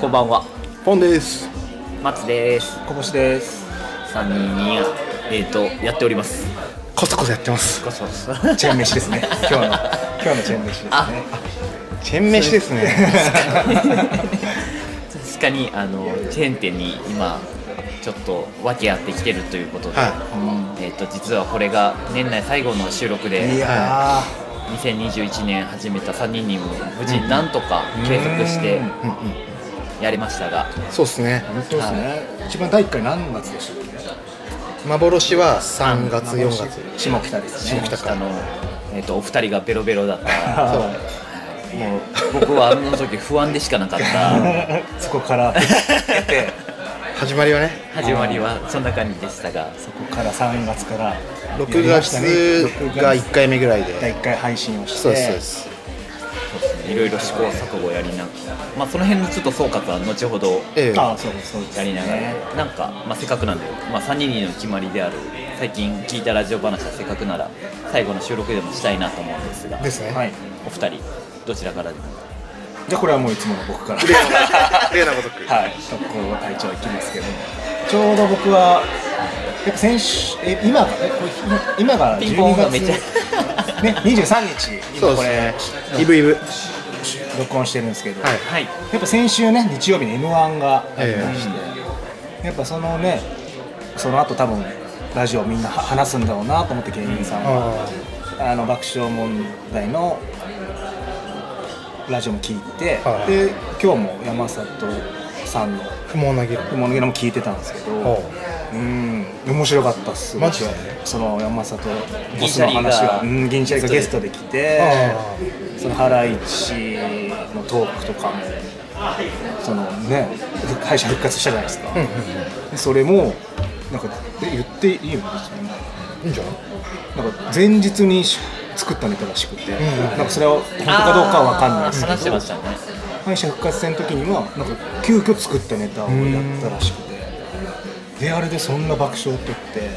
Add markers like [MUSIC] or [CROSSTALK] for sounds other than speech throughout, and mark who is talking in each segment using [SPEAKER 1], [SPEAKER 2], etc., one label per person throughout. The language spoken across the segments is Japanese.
[SPEAKER 1] こんばんは
[SPEAKER 2] ポンです
[SPEAKER 1] 松です
[SPEAKER 3] こぼしです
[SPEAKER 1] 三人にえっ、とやっております
[SPEAKER 3] コソコソやってます
[SPEAKER 1] そうです
[SPEAKER 3] チェーン飯ですね今日の今日のチェーン飯ですね
[SPEAKER 1] あ
[SPEAKER 3] チェーン飯ですね
[SPEAKER 1] 確かにあのチェーン店に今ちょっと訳あってきてるということで、えっ、と実はこれが年内最後の収録
[SPEAKER 3] い
[SPEAKER 1] で
[SPEAKER 3] や
[SPEAKER 1] 2021年始めた3人にも無事なんとか継続して
[SPEAKER 3] うん
[SPEAKER 2] うんうん
[SPEAKER 1] やりましたが
[SPEAKER 2] そうですね
[SPEAKER 3] ーそうですね一番第一回何月でしたっけ
[SPEAKER 2] 幻は3月4月
[SPEAKER 3] 下北ですね
[SPEAKER 2] 下北
[SPEAKER 1] あの、えっとお二人がベロベロだった
[SPEAKER 2] そう
[SPEAKER 3] あ
[SPEAKER 1] もう僕はあの時不安でしかなか
[SPEAKER 3] [LAUGHS]
[SPEAKER 1] った
[SPEAKER 3] ーそこから
[SPEAKER 2] 始まりはね
[SPEAKER 1] 始まりはそんな感じでしたが
[SPEAKER 3] そこから3月から
[SPEAKER 2] 6月が1回目ぐらい
[SPEAKER 3] 第
[SPEAKER 2] で
[SPEAKER 3] 一回配信をして
[SPEAKER 2] そうですそうです
[SPEAKER 1] いろいろ試行錯誤やりながら、まあ、その辺のちょっと総括は後ほど
[SPEAKER 2] ええ
[SPEAKER 3] あーそうですそうです
[SPEAKER 1] やりながらなんか、まあ、せっかくなんで、まあ、3人の決まりである最近聞いたラジオ話はせっかくなら最後の収録でもしたいなと思うんですが
[SPEAKER 2] ですね
[SPEAKER 3] [LAUGHS] はい
[SPEAKER 1] お二人どちらからでも
[SPEAKER 3] じゃあこれはもういつもの僕から
[SPEAKER 2] 例のごとく
[SPEAKER 3] はい、特攻隊長行きますけど、ちょうど僕は、やっぱ先週、え今がね、これ今今が
[SPEAKER 1] ピンポン
[SPEAKER 3] 12
[SPEAKER 1] が
[SPEAKER 3] 月
[SPEAKER 1] めっちゃ
[SPEAKER 3] ね、23日、
[SPEAKER 2] そう
[SPEAKER 3] 今
[SPEAKER 2] で
[SPEAKER 3] こ
[SPEAKER 2] す
[SPEAKER 3] れ
[SPEAKER 2] ね、イブイブ
[SPEAKER 3] 録音してるんですけど、
[SPEAKER 2] はい
[SPEAKER 1] はい
[SPEAKER 3] やっぱ先週ね、日曜日に m 1があり
[SPEAKER 2] え
[SPEAKER 3] まして、やっぱそのね、その後多分ラジオみんなは話すんだろうなと思って、芸人さんは、
[SPEAKER 2] あ
[SPEAKER 3] あの爆笑問題のラジオも聞いて、
[SPEAKER 2] はい
[SPEAKER 3] で今日も山里さんの。
[SPEAKER 2] ー不毛な議論
[SPEAKER 3] モノゲラも聞いてたんですけど、
[SPEAKER 2] おう
[SPEAKER 3] うん、面白かったっす。
[SPEAKER 2] マジで
[SPEAKER 3] その山里ボスの話は、う
[SPEAKER 1] 銀シャリが
[SPEAKER 3] ん、銀シャリがゲストで来て
[SPEAKER 2] あ、
[SPEAKER 3] そのハライチのトークとかも、そのね、敗者復活したじゃないですか。でそれもなんかえ言っていいの別に
[SPEAKER 2] いいんじゃない
[SPEAKER 3] なんか前日にし作ったネタらしくて、なんかそれは本当かどうかは分かんないですけど
[SPEAKER 1] 話してましたね
[SPEAKER 3] 敗者復活戦の時にはなんか急遽作ったネタをやったらしくてであれでそんな爆笑を取って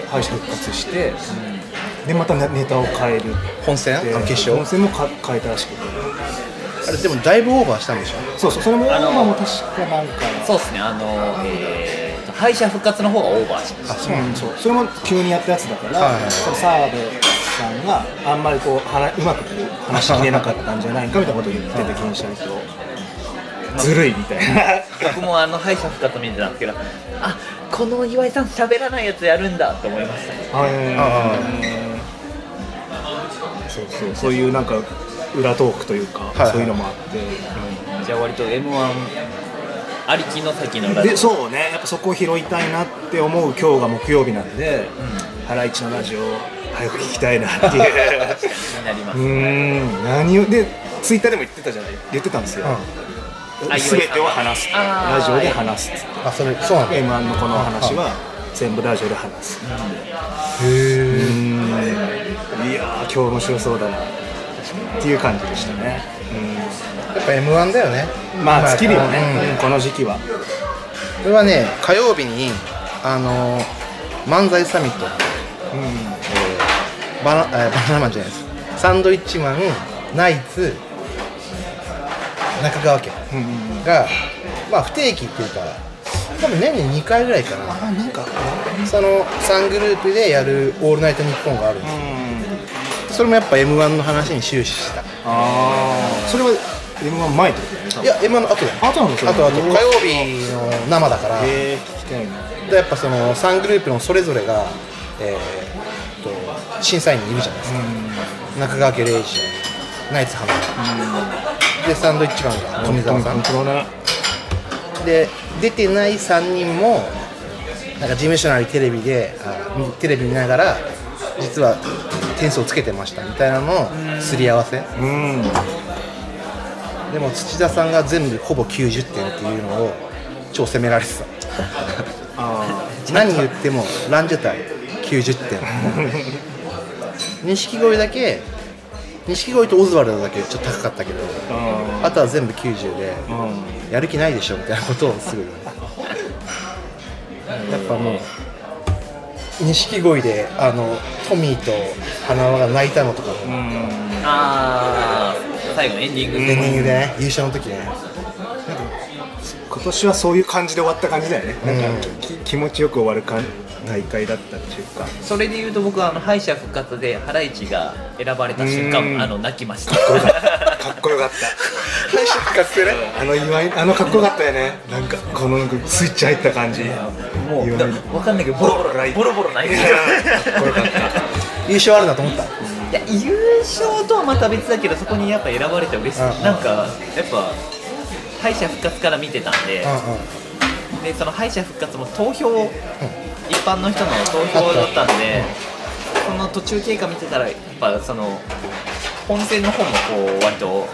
[SPEAKER 3] で敗者復活して、でまたねネタを変える
[SPEAKER 2] 本戦あ
[SPEAKER 3] で
[SPEAKER 2] の決勝
[SPEAKER 3] 本戦もか変えたらしくて
[SPEAKER 2] あれでもだいぶオーバーしたんでしょ
[SPEAKER 3] そうそうそれも
[SPEAKER 1] あの
[SPEAKER 3] まあ確かなんか
[SPEAKER 1] そうですねあのえーと敗者復活の方がオーバーしました
[SPEAKER 3] そう,、ん、そうそれも急にやったやつだから、
[SPEAKER 2] はいはい
[SPEAKER 3] その澤部さんがあんまりこう話うまくこう話しきれなかったんじゃないかみたいなことを言ってて銀シャリとずるいみたいな。 [LAUGHS]
[SPEAKER 1] 僕もあの敗者復活見てたんですけどあこの岩井さん喋らないやつやるんだと思いましたね
[SPEAKER 2] あ
[SPEAKER 3] そうそうそういうなんか裏トークというか、
[SPEAKER 2] いはい
[SPEAKER 3] そういうのもあって、
[SPEAKER 1] じゃあ割と m 1ありきの先のラジオ
[SPEAKER 3] でそうねやっぱそこを拾いたいなって思う今日が木曜日なんで「ハライチのラジオ」早く聞きたいなっていう
[SPEAKER 1] になります
[SPEAKER 3] [LAUGHS] うーん何をでツイッターでも言ってたじゃない言ってたんですよ、
[SPEAKER 1] あ
[SPEAKER 3] 全てを話す
[SPEAKER 1] あー
[SPEAKER 3] ラジオで話すっつって
[SPEAKER 2] あそれそうなんだ
[SPEAKER 3] m 1のこの話は全部ラジオで話す
[SPEAKER 2] へえ
[SPEAKER 3] いやー今日面白そうだなっていう感じでしたね、
[SPEAKER 2] やっぱ m 1だよね
[SPEAKER 3] うん、まあ尽きるよね、
[SPEAKER 2] うん
[SPEAKER 3] うんこの時期は
[SPEAKER 2] これはね火曜日にあのー漫才サミット
[SPEAKER 3] う
[SPEAKER 2] バナえーバナナマンじゃないですサンドイッチマンナイツ中川家
[SPEAKER 3] んうんうん
[SPEAKER 2] がまあ不定期っていうか多分年に2回ぐらいかな
[SPEAKER 3] あなんか
[SPEAKER 2] その3グループでやる「オールナイトニッポン」があるんで
[SPEAKER 3] うん
[SPEAKER 2] すそれもやっぱ m 1の話に終始した
[SPEAKER 3] ああそれは m 1前ってことだよね多分
[SPEAKER 2] いや m 1の後だよ
[SPEAKER 3] 後なのそれ
[SPEAKER 2] あとあと火曜日の生だから
[SPEAKER 3] へえ聞きたいな
[SPEAKER 2] でやっぱその3グループのそれぞれが、えーと審査員にいるじゃないですか、中川家礼二ナイツ浜田でサンドイッチマンが富澤さん
[SPEAKER 3] 本当だね
[SPEAKER 2] で出てない3人もなんか事務所なりテレビであみテレビ見ながら実は点数をつけてましたみたいなののすり合わせ
[SPEAKER 3] うん
[SPEAKER 2] でも土田さんが全部ほぼ90点っていうのを超責められ [LAUGHS] てた
[SPEAKER 3] あ
[SPEAKER 2] 何言ってもランジェタイ90点錦鯉だけ錦鯉とオズワルドだけちょっと高かったけど
[SPEAKER 3] ああ
[SPEAKER 2] あとは全部90で
[SPEAKER 3] あうん
[SPEAKER 2] やる気ないでしょみたいなことをすぐ言われて [LAUGHS] やっぱもう錦鯉であのトミーと花輪が泣いたのとかも
[SPEAKER 3] うん
[SPEAKER 1] ああ最後エンディング
[SPEAKER 2] エンディングでね優勝の時ね
[SPEAKER 3] 今年はそういう感じで終わった感じだよね、なんか
[SPEAKER 2] うん
[SPEAKER 3] き気持ちよく終わるか大会だったっていうか、
[SPEAKER 1] それで言うと僕はあの敗者復活でハライチが選ばれた瞬
[SPEAKER 3] うん
[SPEAKER 1] 間あの泣きました
[SPEAKER 3] かっこよかった。
[SPEAKER 2] 敗者復活でね
[SPEAKER 3] あの今井あのかっこよかったよねなんかこのなんかスイッチ入った感じ
[SPEAKER 1] もう
[SPEAKER 3] 言わ
[SPEAKER 1] だ
[SPEAKER 3] ない
[SPEAKER 1] わかんないけどボロボロ泣いてボロボロ [LAUGHS] 泣いてる
[SPEAKER 3] かっこよかった
[SPEAKER 2] 優勝あるなと思った
[SPEAKER 1] いや優勝とはまた別だけどそこにやっぱ選ばれて嬉しい
[SPEAKER 2] うん
[SPEAKER 1] なんかやっぱ敗者復活から見てたんで
[SPEAKER 2] うんうん
[SPEAKER 1] でその敗者復活も投票一般の人の投票だったんでその途中経過見てたらやっぱその本戦の方もこう割と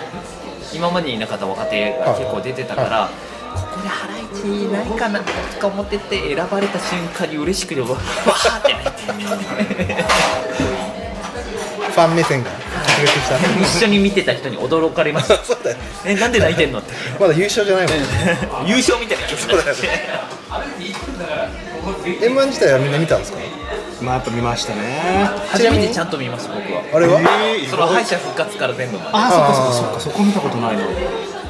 [SPEAKER 1] 今までにいなかった若手が結構出てたから、ここでハライチないかなとか思ってて選ばれた瞬間に嬉しくてわわーって泣いて
[SPEAKER 2] ファン目線が刺激したね
[SPEAKER 1] 一緒に見てた人に驚かれました
[SPEAKER 2] [LAUGHS] そうだよね
[SPEAKER 1] えなんで泣いてんの [LAUGHS] って
[SPEAKER 2] まだ優勝じゃないもん
[SPEAKER 1] 優勝みたいな気持ちになっ
[SPEAKER 2] そう
[SPEAKER 1] て
[SPEAKER 2] だよ m 1自体はみんな見たんですか
[SPEAKER 3] まあやっぱ見ましたね
[SPEAKER 1] [LAUGHS] 初めてちゃんと見ました僕は
[SPEAKER 2] あれは、
[SPEAKER 3] えー
[SPEAKER 1] その敗者復活から全部まで
[SPEAKER 3] ああそっかそっかそっかそこ見たことないな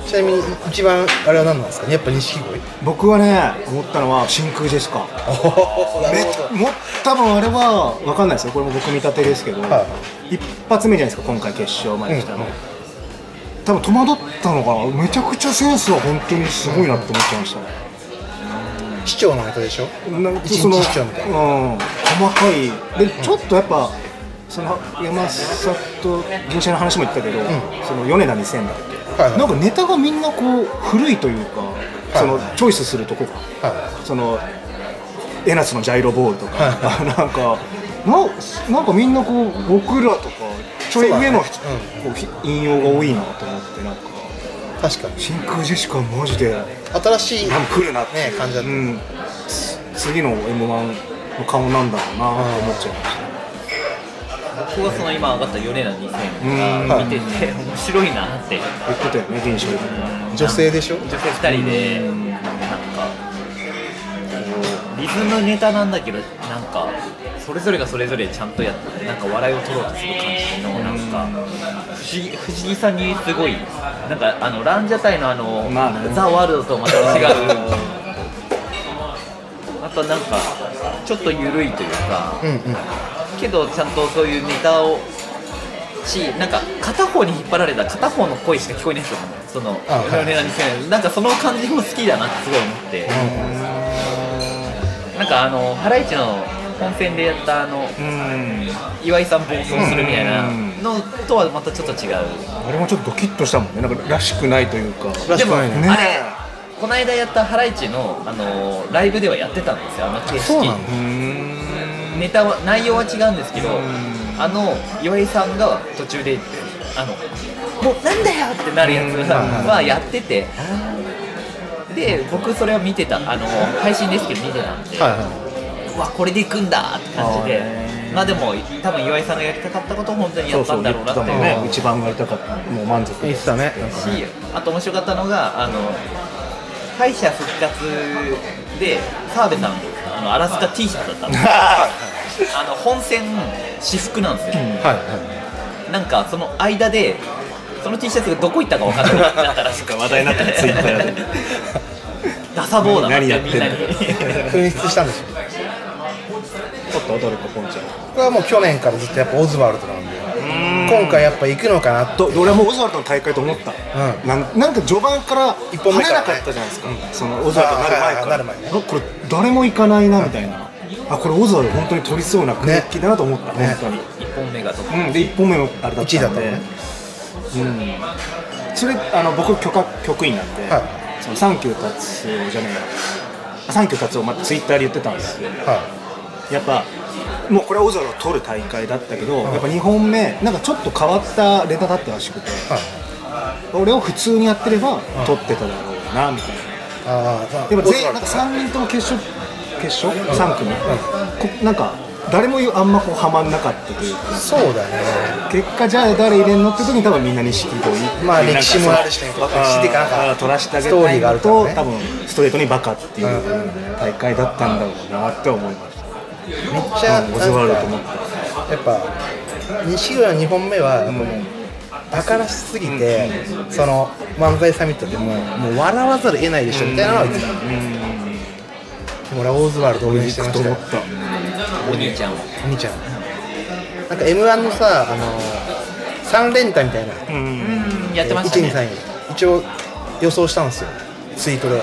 [SPEAKER 2] ちなみに一番あれは何なんですかねやっぱ錦鯉
[SPEAKER 3] 僕はね思ったのは真空ジェシカ
[SPEAKER 2] おおな
[SPEAKER 3] め
[SPEAKER 2] る
[SPEAKER 3] っ
[SPEAKER 2] ほど
[SPEAKER 3] も多分あれは分かんないですよこれも僕見立てですけど、
[SPEAKER 2] は
[SPEAKER 3] 一発目じゃないですか今回決勝まで来たの、
[SPEAKER 2] うんうん
[SPEAKER 3] 多分戸惑ったのかなめちゃくちゃセンスは本当にすごいなって思っちゃいました、ね
[SPEAKER 2] 市長のネタでしょ
[SPEAKER 3] なんか
[SPEAKER 2] 一
[SPEAKER 3] その、う
[SPEAKER 2] 日
[SPEAKER 3] ん、
[SPEAKER 2] 市長
[SPEAKER 3] 細
[SPEAKER 2] みたいな
[SPEAKER 3] かいでちょっとやっぱその山里銀シャリの話も言ったけど、その米田2000だっけ、
[SPEAKER 2] はいはい
[SPEAKER 3] なんかネタがみんなこう古いというか、
[SPEAKER 2] い
[SPEAKER 3] そのチョイスするとこが、
[SPEAKER 2] は
[SPEAKER 3] そのエナスのジャイロボールとか、
[SPEAKER 2] は
[SPEAKER 3] [LAUGHS] なんかななんかみんなこう僕らとかちょい上の、
[SPEAKER 2] そう
[SPEAKER 3] こうひ引用が多いなと思ってなんか
[SPEAKER 2] い確かに
[SPEAKER 3] 真空ジェシカマジで。
[SPEAKER 2] 新しい
[SPEAKER 3] 多分来るなっていう
[SPEAKER 2] ね感じだった
[SPEAKER 3] うん、つ次の m 1の顔なんだろうなと思っちゃいました
[SPEAKER 1] 僕はその今上がった米田
[SPEAKER 3] う
[SPEAKER 1] 2000
[SPEAKER 3] ん
[SPEAKER 1] が見てて面白いなって
[SPEAKER 3] 言ってたよね現象が
[SPEAKER 2] 女性でしょ
[SPEAKER 1] 女性2人でなんかこうリズムネタなんだけどなんかそれぞれがそれぞれちゃんとやってなんか笑いを取ろうとする感じのなんか不思議不思議さにすごいなんかあのランジャタイのあの、
[SPEAKER 3] まあね
[SPEAKER 1] ザ・ワールドとまた違うまたなんかちょっと緩いというか
[SPEAKER 2] うんうん
[SPEAKER 1] けどちゃんとそういうネタをしなんか片方に引っ張られたら片方の声しか聞こえないんですよその
[SPEAKER 2] あはい
[SPEAKER 1] 俺らにせんなんかその感じも好きだなってすごい思って、なんかあのハライチの本戦でやったあの
[SPEAKER 3] うん
[SPEAKER 1] 岩井さん暴走するみたいなのとはまたちょっと違う
[SPEAKER 3] あれもちょっとドキッとしたもんねなんからしくないというから
[SPEAKER 1] で
[SPEAKER 2] しく
[SPEAKER 1] も、
[SPEAKER 2] ないね
[SPEAKER 1] あれこの間やったハライチのあのライブではやってたんですよあの景色
[SPEAKER 2] そうなの
[SPEAKER 3] うん
[SPEAKER 1] ネタは内容は違うんですけど
[SPEAKER 3] ん
[SPEAKER 1] あの岩井さんが途中であの「もうなんだよ!」ってなるやつ
[SPEAKER 3] うん
[SPEAKER 1] はやっててで僕それは見てたあの配信ですけど見てたんで、
[SPEAKER 2] はいは
[SPEAKER 1] うわこれでいくんだって感じで
[SPEAKER 3] あーね
[SPEAKER 1] まあでも多分岩井さんがやりたかったことを本当にや
[SPEAKER 3] そう
[SPEAKER 1] った
[SPEAKER 3] そ
[SPEAKER 1] ん
[SPEAKER 3] う
[SPEAKER 1] だろう
[SPEAKER 3] 言っ
[SPEAKER 1] な
[SPEAKER 3] て
[SPEAKER 1] って
[SPEAKER 3] たもん
[SPEAKER 2] うん
[SPEAKER 3] ね一番が痛かったもう満足
[SPEAKER 2] い言って
[SPEAKER 3] [LAUGHS]
[SPEAKER 2] たねなんかね
[SPEAKER 1] しあと面白かったのがあの敗者復活で澤部さんあのアラスカ T シャツだった
[SPEAKER 3] [LAUGHS]
[SPEAKER 1] んですよあの本戦私服なんですよ、
[SPEAKER 2] はいは
[SPEAKER 1] なんかその間でその T シャツがどこ行ったか分かんなくなったらしく
[SPEAKER 3] 話題になったね Twitter で
[SPEAKER 1] ダサボーだなって
[SPEAKER 3] 何
[SPEAKER 1] みん
[SPEAKER 3] や
[SPEAKER 1] な
[SPEAKER 3] っ
[SPEAKER 1] に
[SPEAKER 3] てんの
[SPEAKER 2] い紛失したんでしょ
[SPEAKER 3] ちょっと誰かポンちゃん
[SPEAKER 2] これはもう去年からずっとやっぱオズワルドなんで今回やっぱ行くのかなと
[SPEAKER 3] ど俺はもうオズワルドの大会と思った、
[SPEAKER 2] う
[SPEAKER 3] なんなんか序盤から
[SPEAKER 2] 一本目
[SPEAKER 3] 跳
[SPEAKER 2] か
[SPEAKER 3] ね
[SPEAKER 2] ら
[SPEAKER 3] な
[SPEAKER 2] ね
[SPEAKER 3] かったじゃないですか、そのオズワルドになる前か
[SPEAKER 2] あー
[SPEAKER 3] ら
[SPEAKER 2] なる前ね
[SPEAKER 3] あこれ誰も行かないなみたいな、あこれオズワルド本当に取りそうな空気だなと思った、
[SPEAKER 2] ね
[SPEAKER 3] 本
[SPEAKER 1] 1本目がと
[SPEAKER 3] 当に、うん、で1本目もあれだっ
[SPEAKER 2] 1位
[SPEAKER 3] た
[SPEAKER 2] だ
[SPEAKER 3] ん
[SPEAKER 2] った
[SPEAKER 3] で
[SPEAKER 2] もんね
[SPEAKER 3] うん、それあの僕局局員なんで、
[SPEAKER 2] はい
[SPEAKER 3] そのサンキュー達夫じゃねえやサンキュー達夫またツイッターで言ってたんですよ
[SPEAKER 2] は
[SPEAKER 3] やっぱもうこれはオズワルドを取る大会だったけど、やっぱ2本目なんかちょっと変わったネタだったらしくて、
[SPEAKER 2] いはい
[SPEAKER 3] 俺を普通にやってれば取ってただろうなみたいな
[SPEAKER 2] ああ
[SPEAKER 3] でも全員
[SPEAKER 2] な
[SPEAKER 3] なんん
[SPEAKER 2] か
[SPEAKER 3] か3人とも決勝決勝3組、こなんか誰もあんまこうはまんなかったというか
[SPEAKER 2] そうだね
[SPEAKER 3] 結果じゃあ誰入れんのって時に多分みんな錦鯉
[SPEAKER 2] まあ
[SPEAKER 3] なんか
[SPEAKER 2] 歴史もあるしね
[SPEAKER 3] その
[SPEAKER 2] 歴史っていうかなんか
[SPEAKER 3] あー取らしてあげ
[SPEAKER 2] ストー
[SPEAKER 3] た
[SPEAKER 2] リ
[SPEAKER 3] い
[SPEAKER 2] ーがあ
[SPEAKER 3] の
[SPEAKER 2] るから
[SPEAKER 3] と、
[SPEAKER 2] ね
[SPEAKER 3] 多分ストレートにバカってい
[SPEAKER 2] うんう
[SPEAKER 3] う大会だったんだろうなって思いました、
[SPEAKER 2] めっちゃ
[SPEAKER 3] オズワルドと
[SPEAKER 2] な
[SPEAKER 3] 思っ
[SPEAKER 2] んかやっぱ錦鯉の2本目はやっぱもうバカらしすぎて、その漫才サミットでももう笑わざるを得ないでしょみたいなのは言ってた、でも俺はオズワルド応援してま
[SPEAKER 3] 行く
[SPEAKER 2] した
[SPEAKER 3] と思っ
[SPEAKER 2] よ
[SPEAKER 3] た
[SPEAKER 1] お兄ちゃんを
[SPEAKER 2] お兄ちゃんなんか m 1のさあの3連単みたいな
[SPEAKER 3] うん
[SPEAKER 1] うんやってましたね
[SPEAKER 2] 123一応予想したんですよツイートで、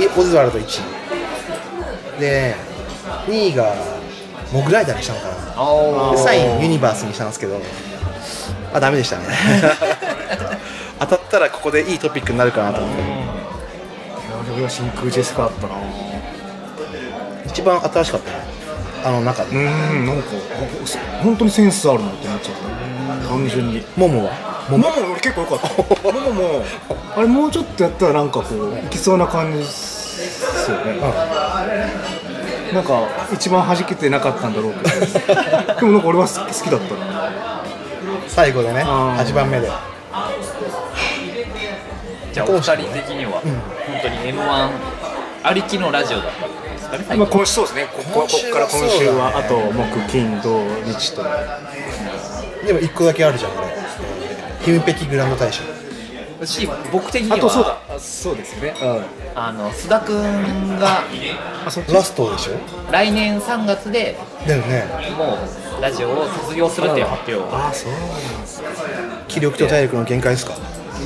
[SPEAKER 2] えオズワルド1位で2位がモグライダーにしたのかな
[SPEAKER 1] お
[SPEAKER 2] で
[SPEAKER 1] ー
[SPEAKER 2] 3位ユニバースにしたんですけどあダメ
[SPEAKER 1] [LAUGHS]
[SPEAKER 2] でしたね当たったらここでいいトピックになるかなと思って
[SPEAKER 3] いや俺は真空ジェスカあったな
[SPEAKER 2] 一番新しかったねあの中
[SPEAKER 3] う
[SPEAKER 2] で
[SPEAKER 3] んなんかあ本当にセンスあるなってなっちゃった単純に
[SPEAKER 2] モモは
[SPEAKER 3] もも俺結構良か [LAUGHS] ったもももあれもうちょっとやったらなんかこういきそうな感じですよね、なんか一番弾けてなかったんだろうけど [LAUGHS] でもなんか俺は好き好きだったな
[SPEAKER 2] 最後でね
[SPEAKER 3] あー
[SPEAKER 2] 8番目で
[SPEAKER 1] じゃあお二人的には本当に m 1ありきのラジオだったんですかね最
[SPEAKER 3] まあ
[SPEAKER 1] 後
[SPEAKER 3] 今週そうですねここここから今週はあと木金土日と
[SPEAKER 2] でも1個だけあるじゃんこれキムペキグランド大賞
[SPEAKER 1] し僕的に
[SPEAKER 3] あとそうだ
[SPEAKER 1] は
[SPEAKER 3] あそうですね
[SPEAKER 1] あの須田君が
[SPEAKER 3] あそっち
[SPEAKER 2] ラストでしょ
[SPEAKER 1] 来年3月で
[SPEAKER 2] だよね
[SPEAKER 1] もうラジオを卒業するっていう発表を
[SPEAKER 3] あそうなんですね
[SPEAKER 2] 気力と体力の限界ですか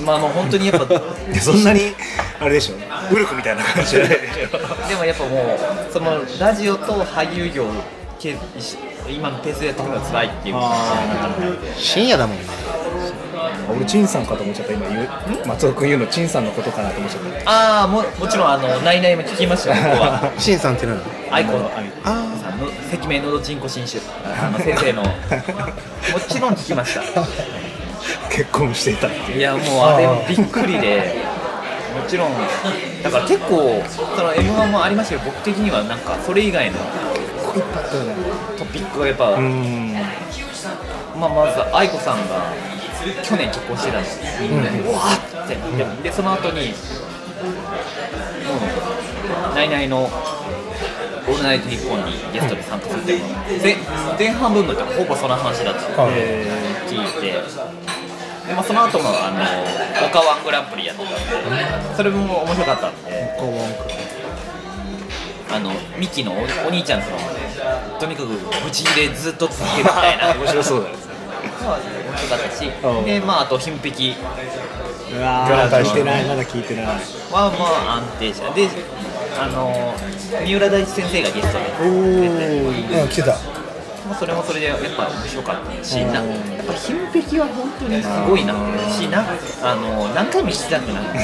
[SPEAKER 1] まあもう本当にやっぱで
[SPEAKER 3] でそんなにあれでしょウルフみたいな感じじゃないでしょ
[SPEAKER 1] もやっぱもうそのラジオと俳優業をけ一緒今のペースでやっていくのは辛いっていう
[SPEAKER 2] 深夜だもんね
[SPEAKER 3] 俺陳さんかと思っちゃった今言う松尾君言うの陳さんのことかなと思っちゃった
[SPEAKER 1] ああももちろんあの「ナイナイ」も聞きましたよ僕は
[SPEAKER 2] シンさんって何
[SPEAKER 1] アイコン
[SPEAKER 2] あ
[SPEAKER 1] さんの赤名のどちんこ新種あの先生のもちろん聞きました
[SPEAKER 3] 結婚していたっていう
[SPEAKER 1] いやもうあれもびっくりでもちろんだから結構その m 1もありましたけど僕的にはなんかそれ以外のトピックはやっぱ、
[SPEAKER 3] [LAUGHS] うん
[SPEAKER 1] まあ、まず愛子さんが去年結婚してたんですみんなで、うわーって見て、でその後にもうナイナイの「オールナイトニッポン」にゲストで参加するっていうので前半分のってほぼその話だったんで
[SPEAKER 2] はい
[SPEAKER 1] 聞いてで、まあ、その後もあの岡ワングランプリやってたんでそれも面白かったんであのミキのおお兄ちゃんとのとにかく無事でずっと続けるみたいな [LAUGHS]
[SPEAKER 3] 面白そうだね
[SPEAKER 1] まあ面白かったし
[SPEAKER 3] うん、
[SPEAKER 1] でまあ、あと、品璧
[SPEAKER 3] うわ
[SPEAKER 2] ー聞いて
[SPEAKER 3] ないまだ聞いてない
[SPEAKER 1] はまあ安定した、で、あの三浦大知先生がゲストで
[SPEAKER 3] おお
[SPEAKER 2] うん来てた
[SPEAKER 1] まあ、それもそれでやっぱ面白かったし、なやっぱ品璧は本当にすごいなしな、あの何回も聞きたくなる、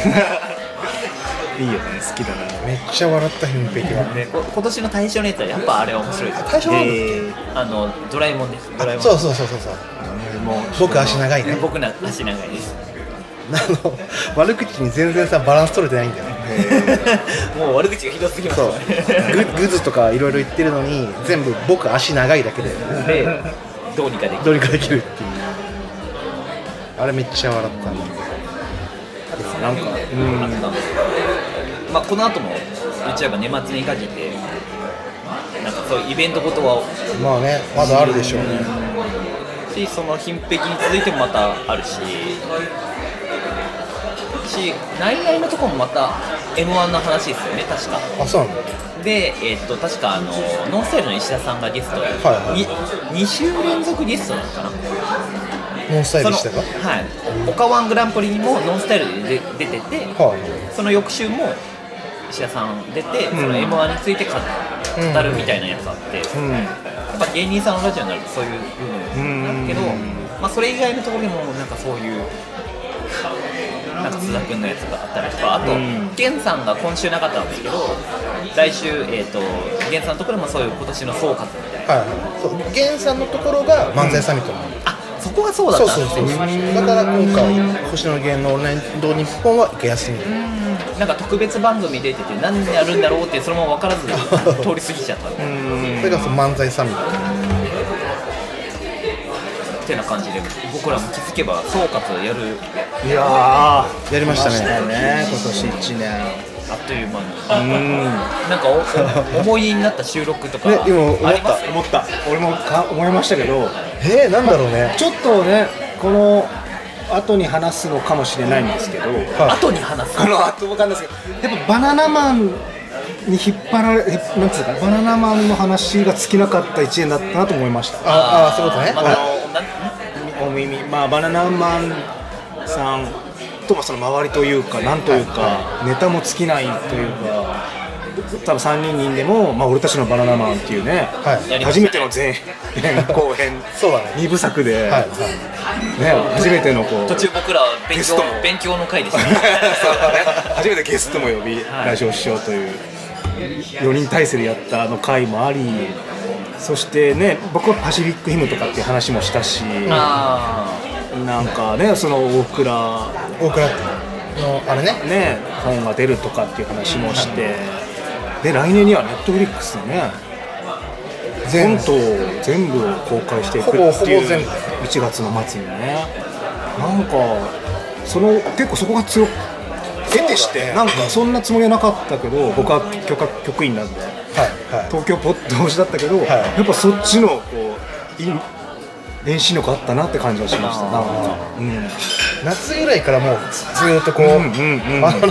[SPEAKER 3] いいよね好きだな
[SPEAKER 2] めっちゃ笑った品璧は
[SPEAKER 1] でこ今年の大賞のやつは、やっぱあれは面白いです、
[SPEAKER 2] 大賞なんだ
[SPEAKER 3] え
[SPEAKER 1] あのドラえもんです、ドラえもん、
[SPEAKER 2] そうそうそうそうそう
[SPEAKER 3] ー、もう
[SPEAKER 2] 僕足長いね
[SPEAKER 1] 僕な足長いです、 [LAUGHS]
[SPEAKER 2] あの悪口に全然さバランス取れてないんだよね
[SPEAKER 1] もう悪口がひどすぎます
[SPEAKER 2] そう
[SPEAKER 1] よね。
[SPEAKER 2] ググズとかいろいろ言ってるのに全部僕足長いだけで
[SPEAKER 1] [LAUGHS] で、どうにかできる
[SPEAKER 2] どれかできるっていうあれめっちゃ笑ったね
[SPEAKER 1] なんか、あったんですけどまあ、この後も言っちゃえば年末に限ってなんかそういうイベントごとは
[SPEAKER 2] まあねまだあるでしょうね
[SPEAKER 1] しその品璧に続いてもまたあるしし内々のとこもまた m 1の話ですよね確か
[SPEAKER 2] あそうなんだ
[SPEAKER 1] で、えっと確かあのノンスタイルの石田さんがゲストで、
[SPEAKER 2] はい
[SPEAKER 1] に 2, 週連続ゲストなのかな
[SPEAKER 2] ノンスタイルでし
[SPEAKER 1] そ
[SPEAKER 2] た
[SPEAKER 1] の
[SPEAKER 2] か
[SPEAKER 1] はい岡ワングランプリにもノンスタイルで出てて、
[SPEAKER 2] はい
[SPEAKER 1] その翌週も石田さん出て、その m 1について語
[SPEAKER 2] うん
[SPEAKER 1] 語るみたいなやつあって、
[SPEAKER 3] う
[SPEAKER 1] や
[SPEAKER 3] ん
[SPEAKER 1] っぱ芸人さんのラジオになるとそういう部分になるけど、
[SPEAKER 3] うん
[SPEAKER 1] まあ、それ以外のところでもなんかそういう。なんか須田君のやつがあったりとかあと
[SPEAKER 3] うん
[SPEAKER 1] 源さんが今週なかったんですけど来週、えー、と源さんのところでもそういう今年の総括みたいな
[SPEAKER 2] はいはいそう源さんのところが漫才サミットなの
[SPEAKER 1] あそこがそうだ
[SPEAKER 2] そ
[SPEAKER 1] っ
[SPEAKER 2] う
[SPEAKER 1] たん
[SPEAKER 2] そ
[SPEAKER 1] で
[SPEAKER 2] う
[SPEAKER 1] す
[SPEAKER 2] そ
[SPEAKER 1] ね
[SPEAKER 2] うだから今回星野源のオンライン堂日本は一回休み
[SPEAKER 1] なんか特別番組出てて何やるんだろうってそのまま分からず通り過ぎちゃったみたいな
[SPEAKER 2] それがその漫才サミッ
[SPEAKER 1] ってな感じで僕らも気づけば総括やる
[SPEAKER 3] いやー
[SPEAKER 2] トやりましたね
[SPEAKER 3] ね今年一年
[SPEAKER 1] あっという間に
[SPEAKER 3] うん
[SPEAKER 1] なんかお思い出になった収録とか
[SPEAKER 2] ね今思った
[SPEAKER 1] あります
[SPEAKER 3] 思った俺もか思いましたけど
[SPEAKER 2] えー、なんだろうね
[SPEAKER 3] ちょっとねこの後に話すのかもしれないんですけど、
[SPEAKER 1] 後に話す
[SPEAKER 3] この後わかんないですけどやっぱバナナマンに引っ張られえなんつうかバナナマンの話が尽きなかった1年だったなと思いました
[SPEAKER 2] ああそういうことね、
[SPEAKER 1] ま
[SPEAKER 2] はい
[SPEAKER 1] たおな
[SPEAKER 3] お耳まあバナナマンさんともその周りというかなんというかネタも尽きないというか多分3人にでも、まあ、俺たちのバナナマンっていうね、
[SPEAKER 2] はい
[SPEAKER 1] やりまし
[SPEAKER 3] 初
[SPEAKER 1] たね
[SPEAKER 3] めての前編後編
[SPEAKER 2] そうだね
[SPEAKER 3] 2部作で、
[SPEAKER 2] はい
[SPEAKER 3] ね、初めてのこう
[SPEAKER 1] 途中僕らは勉強
[SPEAKER 3] ゲストも
[SPEAKER 1] 勉強の回でし
[SPEAKER 3] そ
[SPEAKER 1] た
[SPEAKER 3] う
[SPEAKER 1] ね
[SPEAKER 3] だね初めてゲストも呼び、
[SPEAKER 1] はい
[SPEAKER 3] 来場しようという4人体制でやったあの回もありそしてね僕はパシフィックヒムとかっていう話もしたし
[SPEAKER 1] あ
[SPEAKER 3] なんかねその大倉
[SPEAKER 2] 大倉のあれね
[SPEAKER 3] ね本が出るとかっていう話もしてで来年にはネットフリックスでね
[SPEAKER 2] 全
[SPEAKER 3] 本
[SPEAKER 2] 部
[SPEAKER 3] 島を全部を公開していくって
[SPEAKER 2] ほぼほぼ
[SPEAKER 3] い
[SPEAKER 2] 全
[SPEAKER 3] う
[SPEAKER 2] 部
[SPEAKER 3] 1月の末にねなんかその結構そこが強く得てして、なんかそんなつもりはなかったけど僕は局局員なんで
[SPEAKER 2] はいはい
[SPEAKER 3] 東京ポッド推しだったけど、
[SPEAKER 2] い
[SPEAKER 3] やっぱそっちのこうい練習力あったなって感じはしましたなんかうん
[SPEAKER 2] 夏ぐらいからもうずーっとこう、
[SPEAKER 3] うんうんうん
[SPEAKER 2] バナナ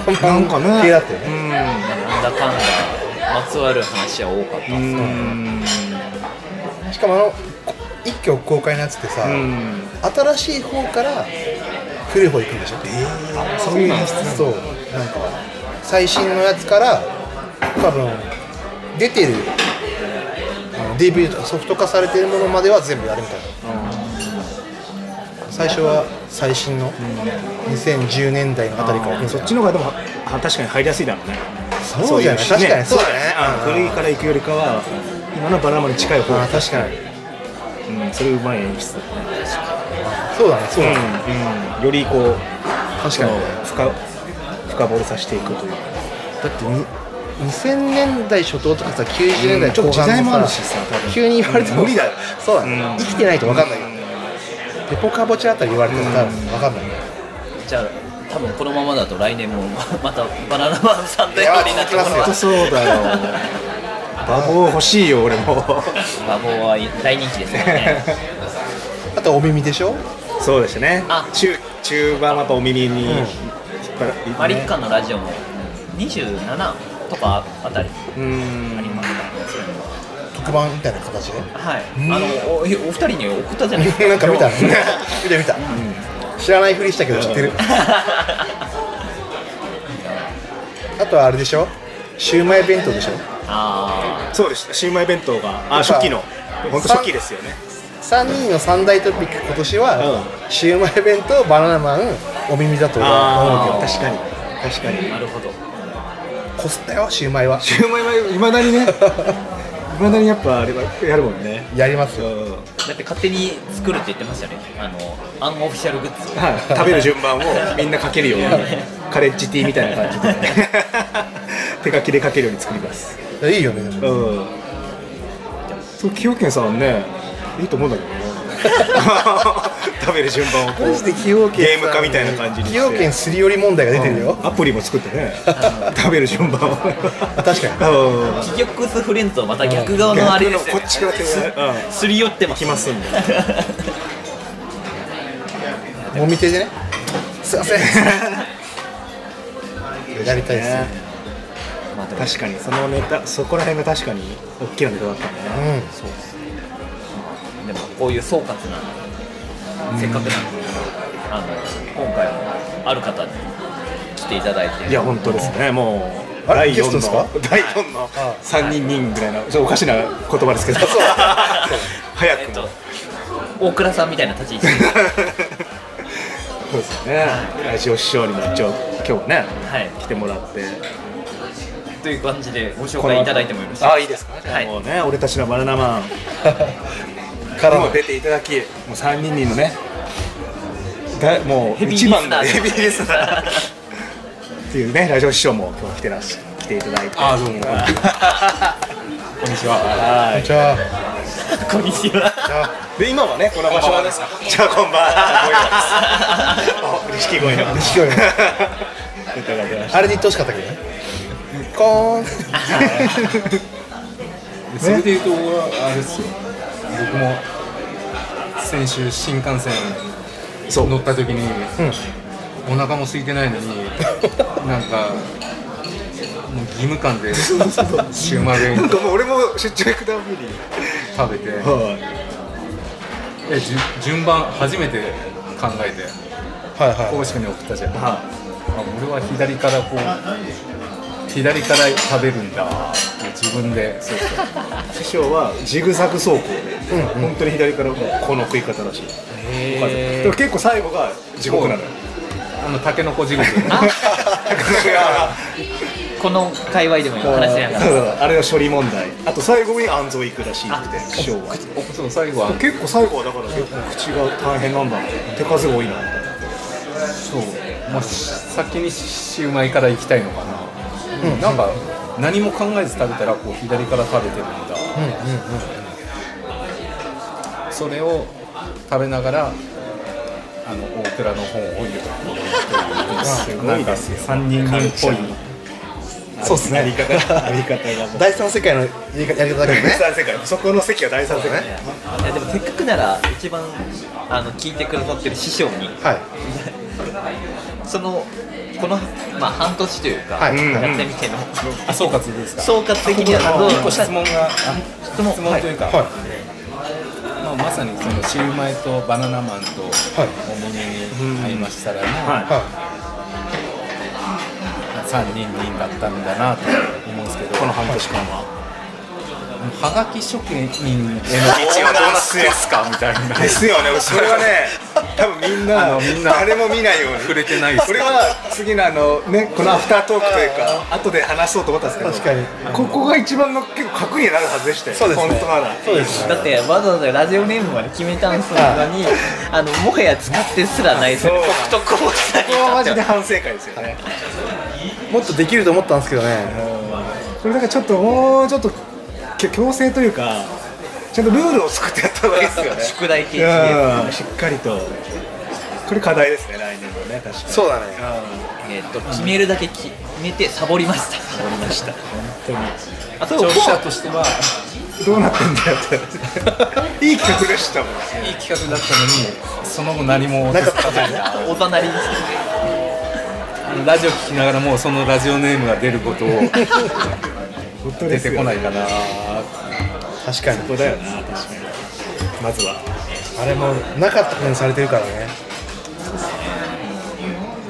[SPEAKER 2] マン系だったよね
[SPEAKER 3] ね
[SPEAKER 1] あなんだかんだまつわる話は多かったっ
[SPEAKER 3] う
[SPEAKER 1] す
[SPEAKER 3] ん
[SPEAKER 2] しかもあのこ一挙公開のやつってさ、
[SPEAKER 3] うん
[SPEAKER 2] 新しい方から古い方行くんでしょ、
[SPEAKER 3] そういう演出
[SPEAKER 2] そうなんか最新のやつから多分出てるあの DVD とかソフト化されてるものまでは全部やるみたいな最初は最新の2010年代のあたりから行くんじ
[SPEAKER 3] そ
[SPEAKER 2] ゃ
[SPEAKER 3] っ
[SPEAKER 2] ない
[SPEAKER 3] ちの方がでもは確かに入りやすいだろうね
[SPEAKER 2] そうじゃない
[SPEAKER 3] そういう
[SPEAKER 2] 確かにそうだね
[SPEAKER 3] そうだねうん古いから行くよりかは今のバラマに近い方
[SPEAKER 2] あー確かに
[SPEAKER 3] に、うん、それうまい演出だね
[SPEAKER 2] そうだねそうだね、
[SPEAKER 3] うん、うん、よりこう
[SPEAKER 2] 確かに
[SPEAKER 3] 深深掘りさせていくというか
[SPEAKER 2] だってに2000年代初頭とかさ90年代
[SPEAKER 3] ちょっ
[SPEAKER 2] 後
[SPEAKER 3] と時代
[SPEAKER 2] 半のさ,、
[SPEAKER 3] もあるしさ多分
[SPEAKER 2] 急に言われても
[SPEAKER 3] 無理だよ
[SPEAKER 2] そうだね、
[SPEAKER 3] うん
[SPEAKER 2] 生きてないと分かんないよ、ペポカボチャあたり言われても多分分かんないね、
[SPEAKER 1] じゃあ多分このままだと来年もまたバナナマンさんという
[SPEAKER 2] いや
[SPEAKER 1] になってもら
[SPEAKER 2] 続き
[SPEAKER 1] う
[SPEAKER 2] ま
[SPEAKER 3] 本当そうだよ馬房欲しいよ俺も
[SPEAKER 1] 馬房は大人気ですからね
[SPEAKER 2] あとお耳でしょ
[SPEAKER 3] [LAUGHS] そうでしたね
[SPEAKER 1] あ
[SPEAKER 3] 中中盤はやっぱお耳に引っ張られてね
[SPEAKER 1] マリッカのラジオも27とかあたり
[SPEAKER 3] うん
[SPEAKER 1] ありますからねそういうのは
[SPEAKER 2] 特番みたいな形で
[SPEAKER 1] はい、あのおお二人に送った
[SPEAKER 3] [LAUGHS]
[SPEAKER 1] じゃないですか
[SPEAKER 2] [LAUGHS] なんか見たね見た見た、知らないふりしたけど知ってる、 [LAUGHS] あとはあれでしょシウマイ弁当でしょ
[SPEAKER 1] あ
[SPEAKER 3] そうでしたシウマイ弁当があ初期の本当初期ですよね
[SPEAKER 2] 3人の3大トピック今年は、
[SPEAKER 3] う
[SPEAKER 2] シウマイ弁当バナナマンお耳だと俺は思う
[SPEAKER 3] あ
[SPEAKER 2] け
[SPEAKER 3] あ
[SPEAKER 2] ど
[SPEAKER 3] 確かに確か
[SPEAKER 1] あ
[SPEAKER 3] に
[SPEAKER 1] なるほど
[SPEAKER 2] こすったよシウマイは
[SPEAKER 3] シウマイはいまだにねいまだにやっぱあれはやるもんね
[SPEAKER 2] やります
[SPEAKER 3] う
[SPEAKER 2] よ
[SPEAKER 3] ん
[SPEAKER 1] だって勝手に作るって言ってましたねあのアンオフィシャルグッズを
[SPEAKER 3] はい食べる順番をみんなかけるように [LAUGHS] カレッジティーみたいな感じで [LAUGHS] 手書きで書けるように作ります
[SPEAKER 2] いやいいよねでも
[SPEAKER 3] うんそう崎陽軒さんねいいと思うんだけどね [LAUGHS] 食べる順番をこう
[SPEAKER 2] マジで崎陽軒さん
[SPEAKER 3] ゲーム化みたいな感じにして
[SPEAKER 2] 崎陽軒すり寄り問題が出てるよ、
[SPEAKER 3] アプリも作ってね食べる順 [LAUGHS] 番を
[SPEAKER 2] 確かに
[SPEAKER 3] うん
[SPEAKER 1] キヨックスフレンズとまた逆側のあれですよ、ね、
[SPEAKER 3] こっちから手がうん
[SPEAKER 1] すり寄ってます
[SPEAKER 3] 来ますんで
[SPEAKER 2] もみ手でねすいま
[SPEAKER 3] [LAUGHS]
[SPEAKER 2] せんやりたいですね
[SPEAKER 1] まあでも
[SPEAKER 3] 確かにそのネタそこら辺が確かに大きなネタだったんだね
[SPEAKER 2] うん
[SPEAKER 1] そうですねでもこういう総括なんでせっかくなんであの今回もある方に来ていただいて
[SPEAKER 3] いや本当ですねもう
[SPEAKER 2] あれ
[SPEAKER 3] 第
[SPEAKER 2] ゲス
[SPEAKER 3] 4
[SPEAKER 2] トですか
[SPEAKER 3] の第4の
[SPEAKER 2] あ
[SPEAKER 3] 3人人ぐらいのちょっとおかしな言葉ですけど早
[SPEAKER 1] えっ
[SPEAKER 3] く
[SPEAKER 1] と
[SPEAKER 3] も
[SPEAKER 1] 大倉さんみたいな立ち
[SPEAKER 3] [LAUGHS]
[SPEAKER 1] 位置
[SPEAKER 3] そうですねラジオ師匠にも一応今日はね
[SPEAKER 1] はい
[SPEAKER 3] 来てもらって
[SPEAKER 1] という感じでご紹介いただいてもよろしいですか
[SPEAKER 3] あいいですか
[SPEAKER 1] はい
[SPEAKER 3] もうね俺たちのバナナ [LAUGHS] マン
[SPEAKER 2] から
[SPEAKER 3] も
[SPEAKER 2] の
[SPEAKER 3] う出ていただきもう3人にのねだもう一番の
[SPEAKER 1] ヘ
[SPEAKER 3] ヘ
[SPEAKER 1] ビ
[SPEAKER 3] [LAUGHS] ビ
[SPEAKER 1] ー
[SPEAKER 3] ー
[SPEAKER 1] リ
[SPEAKER 3] リ
[SPEAKER 1] ス
[SPEAKER 3] ス
[SPEAKER 1] ナ
[SPEAKER 3] ナ
[SPEAKER 1] ー
[SPEAKER 3] ーっていうねラジオ師匠も今日来てらっし来ていただいて
[SPEAKER 2] あどうも
[SPEAKER 3] こんにちははい
[SPEAKER 2] じゃ
[SPEAKER 3] [LAUGHS]
[SPEAKER 2] あ
[SPEAKER 1] こんにちは
[SPEAKER 2] じゃあ
[SPEAKER 3] で今はねこの場所はねじゃあこんばん [LAUGHS] はお錦鯉の
[SPEAKER 2] 錦鯉
[SPEAKER 3] [LAUGHS]
[SPEAKER 2] の
[SPEAKER 3] 歌が出まし
[SPEAKER 2] あれで言ってほしかったけどねコーン
[SPEAKER 4] それでいうと俺はあれですよ僕も先週新幹線
[SPEAKER 3] そう
[SPEAKER 4] 乗った時に、
[SPEAKER 2] うん
[SPEAKER 4] お腹も空いてないのになんかもう義務感で
[SPEAKER 3] [LAUGHS]
[SPEAKER 4] シューマイ弁
[SPEAKER 3] なんかもう俺も出張行くたびに、
[SPEAKER 4] 当食べて
[SPEAKER 3] は
[SPEAKER 4] えじゅ順番初めて考えて
[SPEAKER 2] はいは
[SPEAKER 4] 公式に送ったじゃん、あ俺は左からこう左から食べるんだって自分でそうそう
[SPEAKER 3] い、師匠はジグザグ走行で、本当に左からもうこの食い方らしい、
[SPEAKER 1] へ
[SPEAKER 3] でも結構最後が地獄なのよ
[SPEAKER 4] あのタケノコ地獄
[SPEAKER 1] あ
[SPEAKER 3] あ
[SPEAKER 1] この界隈でも今話しなが
[SPEAKER 3] そう
[SPEAKER 1] ら
[SPEAKER 3] そう [LAUGHS] あれが処理問題あと最後に安蔵行くらしいって師匠は
[SPEAKER 4] そう最後は
[SPEAKER 3] 結構最後はだから結構口が大変なんだ手数が多いな
[SPEAKER 4] そう、まあ、し先にシューマイから行きたいのかな、なんか何も考えず食べたらこう左から食べてるんだ、それを食べながらあの大倉の本を読む
[SPEAKER 3] す
[SPEAKER 4] なんか三人間っぽい
[SPEAKER 2] いそうです
[SPEAKER 3] やり
[SPEAKER 2] ね
[SPEAKER 3] 方がやり方がもう
[SPEAKER 2] 第三世界のやり方やり方だけど
[SPEAKER 3] 第
[SPEAKER 2] ね
[SPEAKER 3] [LAUGHS] 三世界そこの席は第三世界
[SPEAKER 2] ね
[SPEAKER 1] いやでもせっかくなら一番あの聞いてくださってる師匠に
[SPEAKER 2] はい
[SPEAKER 1] そのこの、まあ、半年というか、
[SPEAKER 2] は
[SPEAKER 1] や
[SPEAKER 2] い
[SPEAKER 1] ってみての
[SPEAKER 4] あ総括ですか
[SPEAKER 1] 総括的にはどう
[SPEAKER 4] 一個質問があ
[SPEAKER 1] 質問
[SPEAKER 4] 質問というか、
[SPEAKER 2] は
[SPEAKER 4] まあ、まさにそのシューマイとバナナマンと
[SPEAKER 2] はい
[SPEAKER 4] お胸に合いましたらの、
[SPEAKER 2] いは
[SPEAKER 4] 3人にだったんだなと思うんですけど
[SPEAKER 3] この半年間は
[SPEAKER 4] はがき職人への道
[SPEAKER 3] 一応
[SPEAKER 4] は
[SPEAKER 3] な
[SPEAKER 4] どうなってますかみたいな
[SPEAKER 3] ですよねそれはね多分みん
[SPEAKER 4] あ
[SPEAKER 3] な
[SPEAKER 4] のみんな
[SPEAKER 3] 誰も見ないように
[SPEAKER 4] 触れてないです
[SPEAKER 3] これは次のあのねこのアフタートークというか後で話そうと思ったんですけど
[SPEAKER 2] 確かに
[SPEAKER 3] ここが一番の結構核になるはずでしたよ
[SPEAKER 2] そうですね
[SPEAKER 3] 本当なら
[SPEAKER 2] いそうです
[SPEAKER 1] だってわざわざラジオネームまで決めたんすのにあのもはや使ってすらない
[SPEAKER 3] そう
[SPEAKER 1] 黒特をしたり
[SPEAKER 3] ここはマジで反省会ですよね
[SPEAKER 2] もっとできると思ったんですけどね
[SPEAKER 3] これだからちょっともうちょっときょ強制というかちゃんとルールを作ってやった方がいいですよね
[SPEAKER 1] 宿題形式で
[SPEAKER 3] うんしっかりとこれ課題ですね来年のね確かに
[SPEAKER 2] そうだね
[SPEAKER 3] う
[SPEAKER 1] えー、と決めるだけ決めてサボりましたサボりました
[SPEAKER 3] ん本
[SPEAKER 1] あと
[SPEAKER 4] 聴者としては
[SPEAKER 3] 当にどうなってんだよって [LAUGHS] いい企画でしたもん
[SPEAKER 4] いい企画だったのにその後何も
[SPEAKER 2] な
[SPEAKER 4] 手
[SPEAKER 2] ん
[SPEAKER 4] つ
[SPEAKER 2] か
[SPEAKER 4] かないな
[SPEAKER 1] おざなりですね
[SPEAKER 4] あ [LAUGHS] のラジオ聞きながらもうそのラジオネームが出ることを
[SPEAKER 3] 本当
[SPEAKER 4] 出てこない
[SPEAKER 3] こ
[SPEAKER 4] かな
[SPEAKER 2] 確かに
[SPEAKER 3] こだよな確かにまずは
[SPEAKER 2] あれもなかったことにされてるからね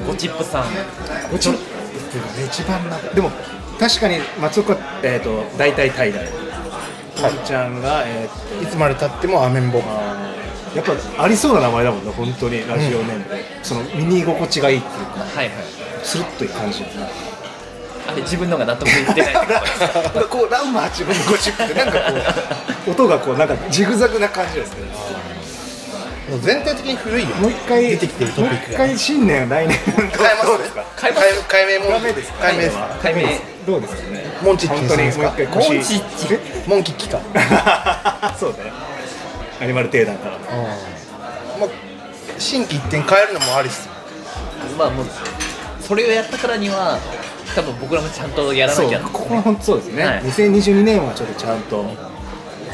[SPEAKER 1] ゴチップさん
[SPEAKER 3] ゴチップがね一番なんかでも確かに松岡えっ、と大体平だよちゃんがえっ、と
[SPEAKER 2] いつまでたってもアメンボ
[SPEAKER 3] あーやっぱありそうな名前だもんね本当にラジオネームで、その耳心地がいいっていうか
[SPEAKER 1] はいはい
[SPEAKER 3] スルッといい感じだな
[SPEAKER 1] あれ自分のが納得い
[SPEAKER 3] [LAUGHS]
[SPEAKER 1] ってないところ
[SPEAKER 3] なんかこうランマ8分の50ってなんかこう音がこうなんかジグザグな感じですけど
[SPEAKER 2] 全体的に古いよ
[SPEAKER 3] もう一回
[SPEAKER 2] 出てきてるトピック
[SPEAKER 3] もう一
[SPEAKER 2] が
[SPEAKER 3] 回新年来年
[SPEAKER 2] 変えます
[SPEAKER 3] どうです [LAUGHS] か
[SPEAKER 2] 変えます改名も
[SPEAKER 3] ダメですか
[SPEAKER 2] 改名ですか
[SPEAKER 1] 解明
[SPEAKER 3] どうですかね
[SPEAKER 2] モンチッチ
[SPEAKER 3] 本
[SPEAKER 2] に
[SPEAKER 3] 当
[SPEAKER 2] す
[SPEAKER 3] に
[SPEAKER 2] る
[SPEAKER 3] も
[SPEAKER 2] ん
[SPEAKER 3] う
[SPEAKER 2] ですか
[SPEAKER 3] 一回腰
[SPEAKER 1] モンチッチ
[SPEAKER 3] え
[SPEAKER 2] モンキッキか
[SPEAKER 3] そうねアニマル定団から
[SPEAKER 2] うんまあ新規一点変えるのもありっすよ
[SPEAKER 1] まあもうそれをやったからには多分僕らもちゃんとやらな
[SPEAKER 3] そう
[SPEAKER 1] きゃ
[SPEAKER 3] ここは本当そうですね、
[SPEAKER 1] はい
[SPEAKER 3] 2022年はちょっとちゃんと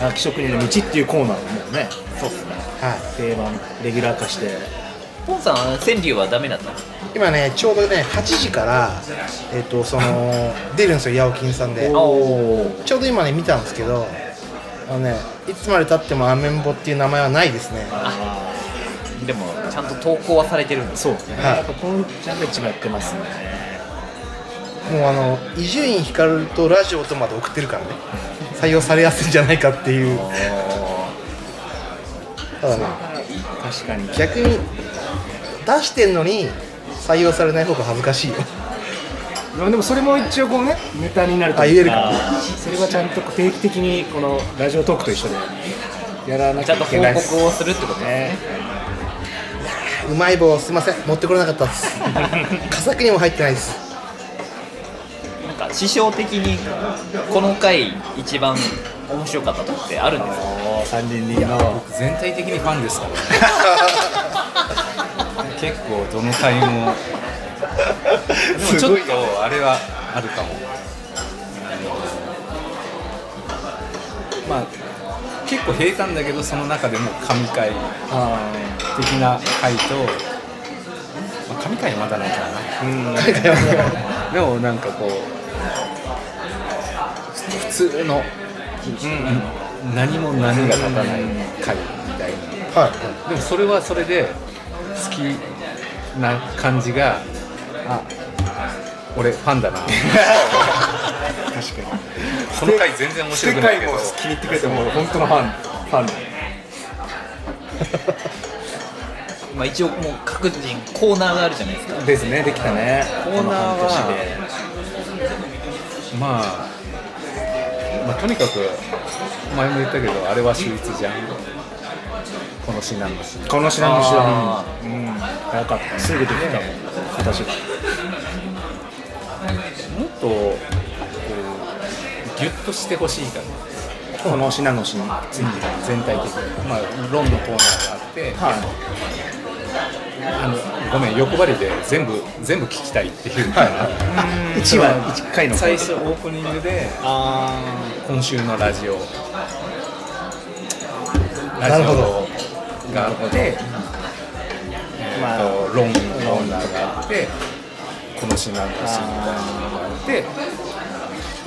[SPEAKER 3] 秋職人の道っていうコーナーをもうね
[SPEAKER 1] そうっすね
[SPEAKER 2] は
[SPEAKER 3] 定番レギュラー化して
[SPEAKER 1] ポンさんは川柳はダメだったの
[SPEAKER 2] い今ねちょうどね8時からえっと
[SPEAKER 1] [LAUGHS]
[SPEAKER 2] その出るんですよヤオキンさんで
[SPEAKER 1] おー
[SPEAKER 2] ちょうど今ね見たんですけどあのねいつまでたってもアメンボっていう名前はないですね
[SPEAKER 1] でもちゃんと投稿はされてるんです
[SPEAKER 3] そうね、
[SPEAKER 2] はい
[SPEAKER 3] やっぱポンちゃんが一番やってますね
[SPEAKER 2] もうあの伊集院光とラジオとまで送って
[SPEAKER 1] [LAUGHS]
[SPEAKER 2] るからね採用されやすいんじゃないかっていうただね
[SPEAKER 3] 確かに
[SPEAKER 2] 逆に出してんのに採用されない方が恥ずかしいよ
[SPEAKER 3] まあでもそれも一応こうねネタになると
[SPEAKER 2] あ言えるか
[SPEAKER 3] それはちゃんと定期的にこのラジオトークと一緒でやらなき
[SPEAKER 1] ちゃ
[SPEAKER 3] ゃ
[SPEAKER 1] んと
[SPEAKER 3] い
[SPEAKER 1] 報
[SPEAKER 3] けないです
[SPEAKER 1] 告をするってことですね
[SPEAKER 3] ね
[SPEAKER 2] うまい棒すいません持ってこれなかったっ [LAUGHS] す佳作にも入ってないです
[SPEAKER 1] なんか師匠的にこの回一番面白かったとこってあるんですか
[SPEAKER 3] おー三人にの
[SPEAKER 4] 全体的にファンです [LAUGHS] からね結構どの回もでもちょっとあれはあるかもあのまあ結構平坦だけどその中でも神回
[SPEAKER 3] あ
[SPEAKER 4] 的な回と、まあ、神回はまだないからな
[SPEAKER 2] 海外はね
[SPEAKER 4] でもなんかこうふ普通の、何も何が立たない回みたいな。
[SPEAKER 2] は
[SPEAKER 4] でもそれはそれで好きな感じがあ俺ファンだ [LAUGHS] な
[SPEAKER 3] あ確かに
[SPEAKER 4] この回全然面白く
[SPEAKER 3] 世
[SPEAKER 4] ないけ
[SPEAKER 3] 界
[SPEAKER 4] ど
[SPEAKER 3] も気に入ってくれてもう本当のファンファン
[SPEAKER 1] まあ、一応もう各人コーナーがあるじゃないですか
[SPEAKER 3] ですねできたね
[SPEAKER 4] コーナーは
[SPEAKER 3] この半年で
[SPEAKER 4] まあ、まあとにかく前も言ったけどあれは秀逸じゃんこの至難の詩
[SPEAKER 3] この品の
[SPEAKER 1] あ
[SPEAKER 3] 品うん早かったすぐできたもん形が
[SPEAKER 4] もっとこうギュッとしてほしいから
[SPEAKER 3] この品の品は
[SPEAKER 4] 全体的にまあ論のコーナーがあって
[SPEAKER 3] い
[SPEAKER 4] あのごめん欲張りで全部全部聞きたいっていうから、
[SPEAKER 3] 一話一回の
[SPEAKER 4] 最初オープニングで
[SPEAKER 3] あ
[SPEAKER 4] 今週のラジオ
[SPEAKER 2] な
[SPEAKER 4] ラ
[SPEAKER 2] る
[SPEAKER 4] ジ
[SPEAKER 2] ほど
[SPEAKER 4] オがあって
[SPEAKER 3] まあ
[SPEAKER 4] とロンロンナーがあってこの詩なんだしみたいなのがあって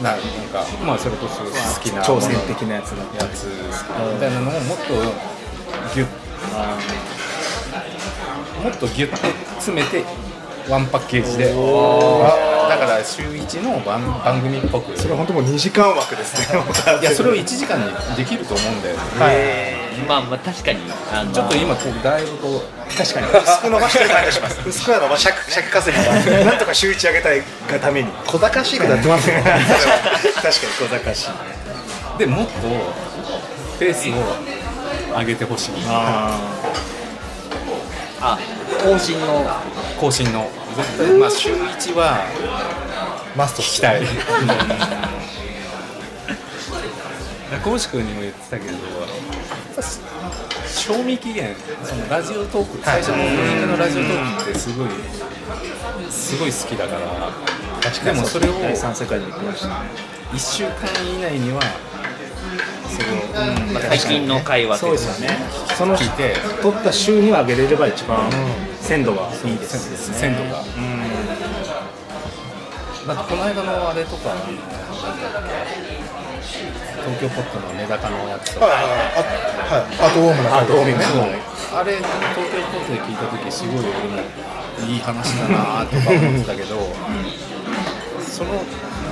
[SPEAKER 4] ななんかまあそれこそ好きな
[SPEAKER 3] 挑戦的なやつが
[SPEAKER 4] やつみたいなのをもっとギュッもっとギュッと詰めてワンパッケージでだから週1の番番組っぽく
[SPEAKER 3] それ本当もう2時間枠です [LAUGHS] ね
[SPEAKER 4] いやそれを1時間にできると思うんだよね
[SPEAKER 1] ーまあまあ確かにあの
[SPEAKER 4] ちょっと今こうだいぶこう
[SPEAKER 3] 確かに薄く伸ばしてる感じします薄くは伸ばし尺尺稼ぎがなんとか週1上げたいがために
[SPEAKER 2] い小賢しいことやってます
[SPEAKER 3] 確
[SPEAKER 2] ね
[SPEAKER 3] かに小賢しい
[SPEAKER 4] でもっとペースを上げてほしい
[SPEAKER 3] あ
[SPEAKER 1] あ更新の
[SPEAKER 4] 更新の絶対まあ週1は
[SPEAKER 2] マスト
[SPEAKER 4] 聞
[SPEAKER 2] っ
[SPEAKER 4] き [LAUGHS]
[SPEAKER 2] す
[SPEAKER 4] た
[SPEAKER 2] ね
[SPEAKER 4] い中越君にも言ってたけどやっぱ賞味期限そのラジオトーク最初のオープニングのラジオトークってすごいすごい好きだから
[SPEAKER 3] あ
[SPEAKER 4] でもそれを
[SPEAKER 3] 第3世界で行きましたね
[SPEAKER 4] 1週間以内にはそれを
[SPEAKER 1] まあ最近の会話と
[SPEAKER 3] そう
[SPEAKER 1] いう
[SPEAKER 3] で
[SPEAKER 1] か
[SPEAKER 3] すよねその
[SPEAKER 4] 聞いて
[SPEAKER 3] 取った週には上げれれば一番鮮度はいいですね
[SPEAKER 4] 鮮度がなんかこの間のあれとかあのなんだっけ東京ポットのメダカのやつと
[SPEAKER 2] はい
[SPEAKER 4] か
[SPEAKER 2] はいはいあとウォームな
[SPEAKER 3] あどう見ね
[SPEAKER 4] あれ東京ポットで聞いた時すごい俺もいい話だなとか思ってたけどその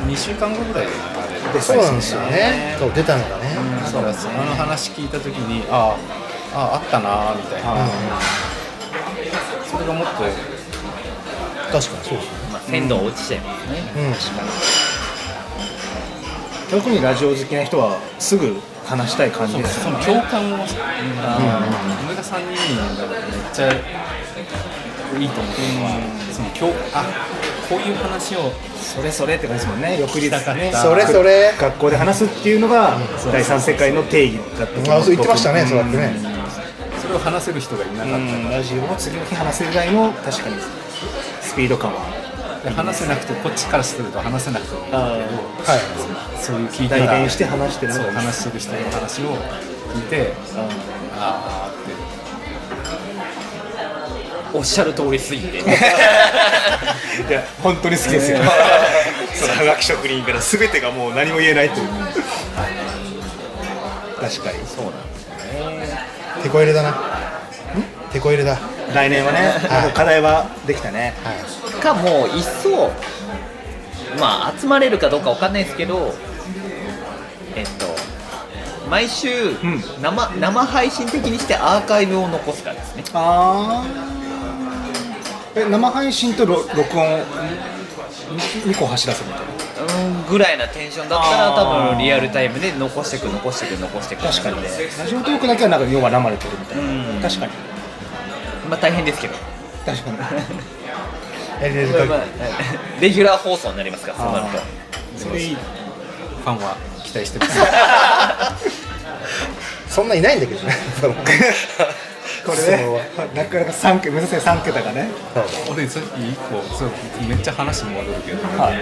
[SPEAKER 4] 2週間後ぐらいであれ
[SPEAKER 2] そうなんですよねそう出たのがね
[SPEAKER 4] だからその話聞いた時にあああああったなみたいなそれがもっと
[SPEAKER 2] 確かにそうですね
[SPEAKER 1] まあ鮮度落ちちゃいますね
[SPEAKER 2] うん
[SPEAKER 3] 特にラジオ好きな人はすぐ話したい感じです
[SPEAKER 4] そ
[SPEAKER 3] よ
[SPEAKER 4] の
[SPEAKER 3] ね
[SPEAKER 4] 共感を、うん、俺が3人なんだからめっちゃいいと思ってるのは、その共あこういう話を
[SPEAKER 3] それそれって感じですもんね翌日
[SPEAKER 4] したかった
[SPEAKER 2] それそれ
[SPEAKER 3] 学校で話すっていうのが第三世界の定義だったと思
[SPEAKER 2] あそう言ってましたねそうやってね
[SPEAKER 4] それを話せる人がいなかった、
[SPEAKER 3] うんラジオも次の日話せるぐらいの確かにスピード感は
[SPEAKER 4] で話せなくてこっちからすると話せなくてもいいんだけど
[SPEAKER 2] はい
[SPEAKER 4] そういう聞いた
[SPEAKER 3] 代
[SPEAKER 4] ら
[SPEAKER 3] 弁して話してるの
[SPEAKER 4] そう
[SPEAKER 3] が
[SPEAKER 4] 話してる人の話を聞いてあーあーって
[SPEAKER 1] おっしゃる通りすぎて
[SPEAKER 3] いや本当に好きですよ、 [LAUGHS] そのはがき職人から全てがもう何も言えないという確かに
[SPEAKER 1] そうなんです
[SPEAKER 2] 手こ入れだな手こ入れだ
[SPEAKER 3] 来年はね、
[SPEAKER 2] はい
[SPEAKER 3] もう課題はできたね
[SPEAKER 1] かもういっそまあ集まれるかどうかわかんないですけどえっと毎週
[SPEAKER 3] ん
[SPEAKER 1] 生,、生配信的にしてアーカイブを残すかですね
[SPEAKER 3] ああえ生配信とろ録音2個走らせるみたいな
[SPEAKER 1] うんぐらいなテンションだったら多
[SPEAKER 3] あー
[SPEAKER 1] 分リアルタイムで残してく残してく残してく
[SPEAKER 3] 確かにねラジオトークだけはなんか要は生で撮るみたいな、
[SPEAKER 1] うん
[SPEAKER 3] 確かに
[SPEAKER 1] まあ大変ですけど
[SPEAKER 3] 確かに
[SPEAKER 2] やりれる
[SPEAKER 1] まあ
[SPEAKER 2] 限
[SPEAKER 1] まあ
[SPEAKER 2] り
[SPEAKER 1] レギュラー放送になりますからそうなる
[SPEAKER 3] あ
[SPEAKER 1] と
[SPEAKER 3] それいい
[SPEAKER 4] ファンは期待してます
[SPEAKER 2] そんないないんだけどねそ [LAUGHS] の
[SPEAKER 3] これねなかなか3桁目指せ3桁がね
[SPEAKER 4] 俺さっき1個そうめっちゃ話戻るけど、
[SPEAKER 3] はい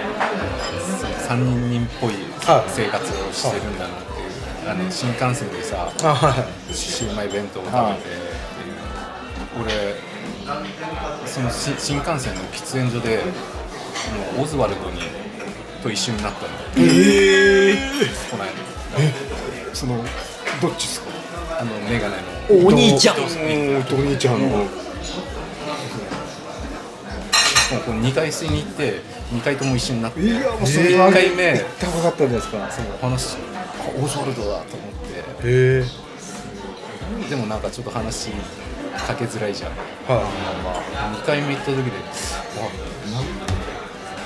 [SPEAKER 4] 三人っぽい
[SPEAKER 2] はい
[SPEAKER 4] 生活をしてるんだなっていうあの新幹線でさ
[SPEAKER 2] あはい
[SPEAKER 4] シウマイ弁当を食べて、
[SPEAKER 3] はい
[SPEAKER 4] 俺そのし新幹線の喫煙所でもうオズワルドにと一緒になったの
[SPEAKER 3] ええ
[SPEAKER 4] この間
[SPEAKER 3] そのどっちですか
[SPEAKER 4] あの眼鏡の
[SPEAKER 1] お兄ちゃん
[SPEAKER 3] お兄ちゃんの、
[SPEAKER 4] もうこの2回吸いに行って2回とも一緒になって
[SPEAKER 3] いやもうそ
[SPEAKER 4] 一
[SPEAKER 3] れ
[SPEAKER 4] 回目
[SPEAKER 3] 行った方がかったんですかその
[SPEAKER 4] 話あオズワルドだと思っ
[SPEAKER 2] へえ
[SPEAKER 4] てでもなんかちょっと話かけづらいじゃん
[SPEAKER 2] は
[SPEAKER 4] 2回目行った時で「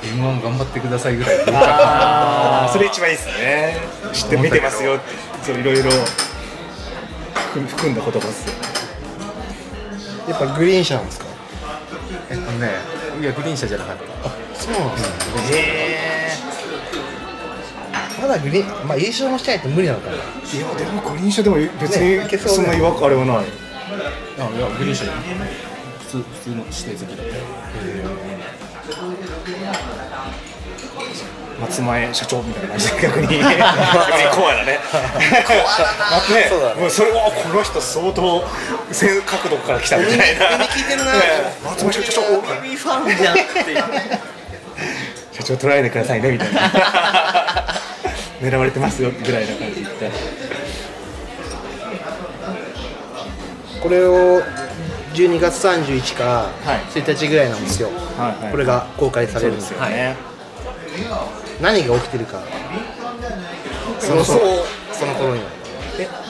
[SPEAKER 4] m 1頑張ってください」ぐらい言うから
[SPEAKER 3] ああそれ一番いいですね知って見てますよってそういろいろ含含んだ言葉ですよ
[SPEAKER 2] いやっぱグリーン車なんですか
[SPEAKER 4] えっとねいやグリーン車じゃなかった
[SPEAKER 2] そうなんですかへえまだグリーンまあ優勝もしたいと無理なのかない
[SPEAKER 3] やでも五輪車でも別
[SPEAKER 2] ねい
[SPEAKER 3] に
[SPEAKER 2] けそうね
[SPEAKER 3] そんな違和感あれはない、
[SPEAKER 4] あいやグリーン車じゃなかった普通普通の指定席だったよ
[SPEAKER 3] 松前社長みたいな感じ
[SPEAKER 2] [LAUGHS]
[SPEAKER 3] で逆に逆 [LAUGHS] にコアだねコアだな、ね、
[SPEAKER 2] [LAUGHS] そうだね
[SPEAKER 3] もうそれはこの人相当全角度から来たみたいな
[SPEAKER 2] 聞いてるな
[SPEAKER 3] ね [LAUGHS] 松前社長
[SPEAKER 1] 海ファンじゃんっていう
[SPEAKER 3] 社長捉えてくださいね
[SPEAKER 2] [LAUGHS]
[SPEAKER 3] みたいな狙われてますよぐらいな感じで
[SPEAKER 2] これを12月31日か
[SPEAKER 3] はい
[SPEAKER 2] 1日ぐらいなんですよ、
[SPEAKER 3] はいはい
[SPEAKER 2] これが公開されるんですよ
[SPEAKER 3] よね、
[SPEAKER 2] 何が起きてるかその頃その頃には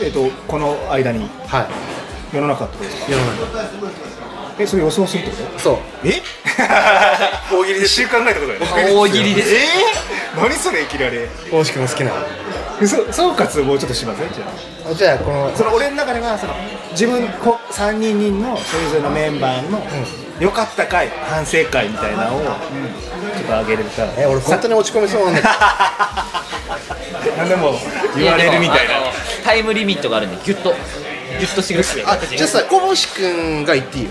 [SPEAKER 3] ええっとこの間に
[SPEAKER 2] は
[SPEAKER 3] 世の中ってことです
[SPEAKER 2] い
[SPEAKER 3] か
[SPEAKER 2] 世の中
[SPEAKER 3] えそれ予想するってこと
[SPEAKER 2] そう
[SPEAKER 3] [LAUGHS] え大喜利で一週間考えたことだよね
[SPEAKER 1] 大喜利です
[SPEAKER 3] [LAUGHS] えー、何それいきなり
[SPEAKER 2] 大志くんの好きな
[SPEAKER 3] そ総括をもうちょっとしますねじゃあ
[SPEAKER 2] あじゃあこの
[SPEAKER 3] その俺の中ではその自分こ3人人のそれぞれのメンバーの良かった回反省会みたいなのをちょっとあげれたら
[SPEAKER 2] え俺本当に落ち込みそうなんだけ
[SPEAKER 3] 何でも言われるみたい
[SPEAKER 1] やでも
[SPEAKER 3] な
[SPEAKER 1] あのタイムリミットがあるんでギュッとギュッとしてください
[SPEAKER 2] どあじゃあさ小星くんが言っていいよ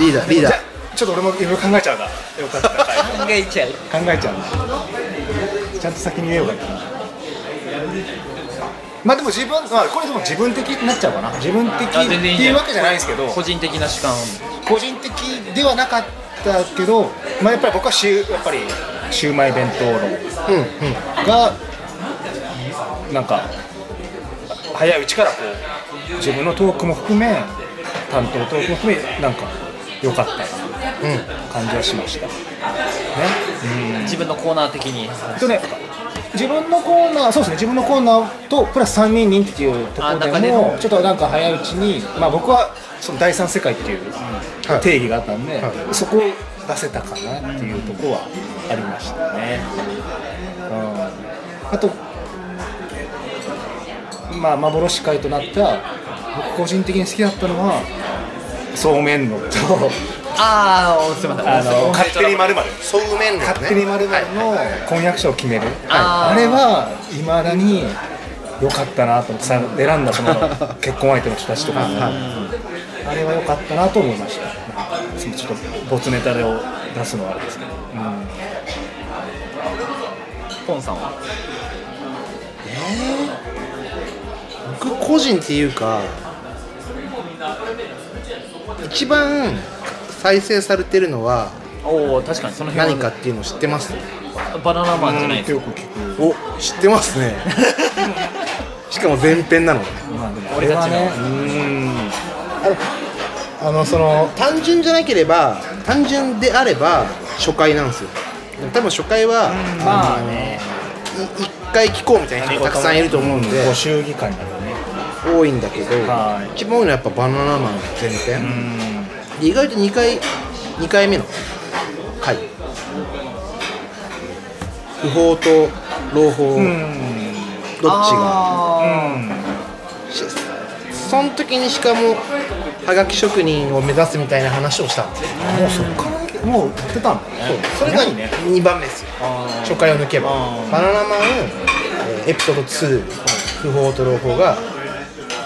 [SPEAKER 2] リーダーリーダ
[SPEAKER 3] じゃ
[SPEAKER 2] ー
[SPEAKER 3] あちょっと俺もいろいろ考えちゃうんだ良かった回
[SPEAKER 1] 考えちゃう
[SPEAKER 3] 考えちゃうんだちゃんと先に言えよかったなまあでも自分、まあ、これでも自分的になっちゃうかな自分的
[SPEAKER 1] あ全然いい
[SPEAKER 3] っていうわけじゃないんですけど
[SPEAKER 1] 個人的な主観
[SPEAKER 3] 個人的ではなかったけど、まあ、やっぱり僕はシューやっぱりシューマイ弁当の
[SPEAKER 2] うんうん
[SPEAKER 3] がなんか早いうちからこう自分のトークも含め担当トークも含めなんか良かった
[SPEAKER 2] うん
[SPEAKER 3] 感じはしましたね
[SPEAKER 1] 自分のコーナー的に
[SPEAKER 3] とね自分のコーナーそうですね自分のコーナーとプラス3人人っていうところで
[SPEAKER 1] あ中で
[SPEAKER 3] も
[SPEAKER 1] の
[SPEAKER 3] ちょっとなんか早いうちに、まあ、僕はその第三世界っていう
[SPEAKER 2] はい
[SPEAKER 3] 定義があったんで、
[SPEAKER 2] は
[SPEAKER 3] そこを出せたかなっていうところはありましたね、うん、あとまあ幻会となった僕個人的に好きだったのはそうめんのと
[SPEAKER 1] ああすいません
[SPEAKER 3] あの
[SPEAKER 2] 勝手に
[SPEAKER 3] まるまる
[SPEAKER 2] そうめんのね
[SPEAKER 3] 勝手に丸々の婚約者を決める、
[SPEAKER 1] あー
[SPEAKER 3] あれはいまだに良かったなと思ってさ選んだその結婚相手の人たちとかもあれは良かったなと思いましたなんかそのちょっとボツネタを出すのはあれですけど、うん
[SPEAKER 1] ポンさんは
[SPEAKER 2] 僕個人っていうか一番再生されてるのは
[SPEAKER 1] おお確かにその辺は
[SPEAKER 2] 何かっていうの知ってます
[SPEAKER 1] バナナマンじゃないです
[SPEAKER 3] よく聞く
[SPEAKER 2] お知ってますねしかも前編なの
[SPEAKER 3] まあでも
[SPEAKER 1] 俺たちの
[SPEAKER 3] あれはね
[SPEAKER 2] あのその単純じゃなければ単純であれば初回なんですよでも多分初回は
[SPEAKER 1] まあね
[SPEAKER 2] い一回聞こうみたいな人がたくさんいると思うんで
[SPEAKER 3] ご祝儀会になるよね
[SPEAKER 2] 多いんだけど
[SPEAKER 3] はい
[SPEAKER 2] 一番多いのはやっぱバナナマンの前編、で意外と2回二回目の回不法と朗報、どっちが
[SPEAKER 1] あ
[SPEAKER 2] しその時にしかもはがき職人を目指すみたいな話をしたんですよ
[SPEAKER 3] もうそっからもうやってたんだね
[SPEAKER 2] それが
[SPEAKER 3] いいね
[SPEAKER 2] 2番目ですよ初回を抜けばバナナマン、えーエピソード2不法と朗報が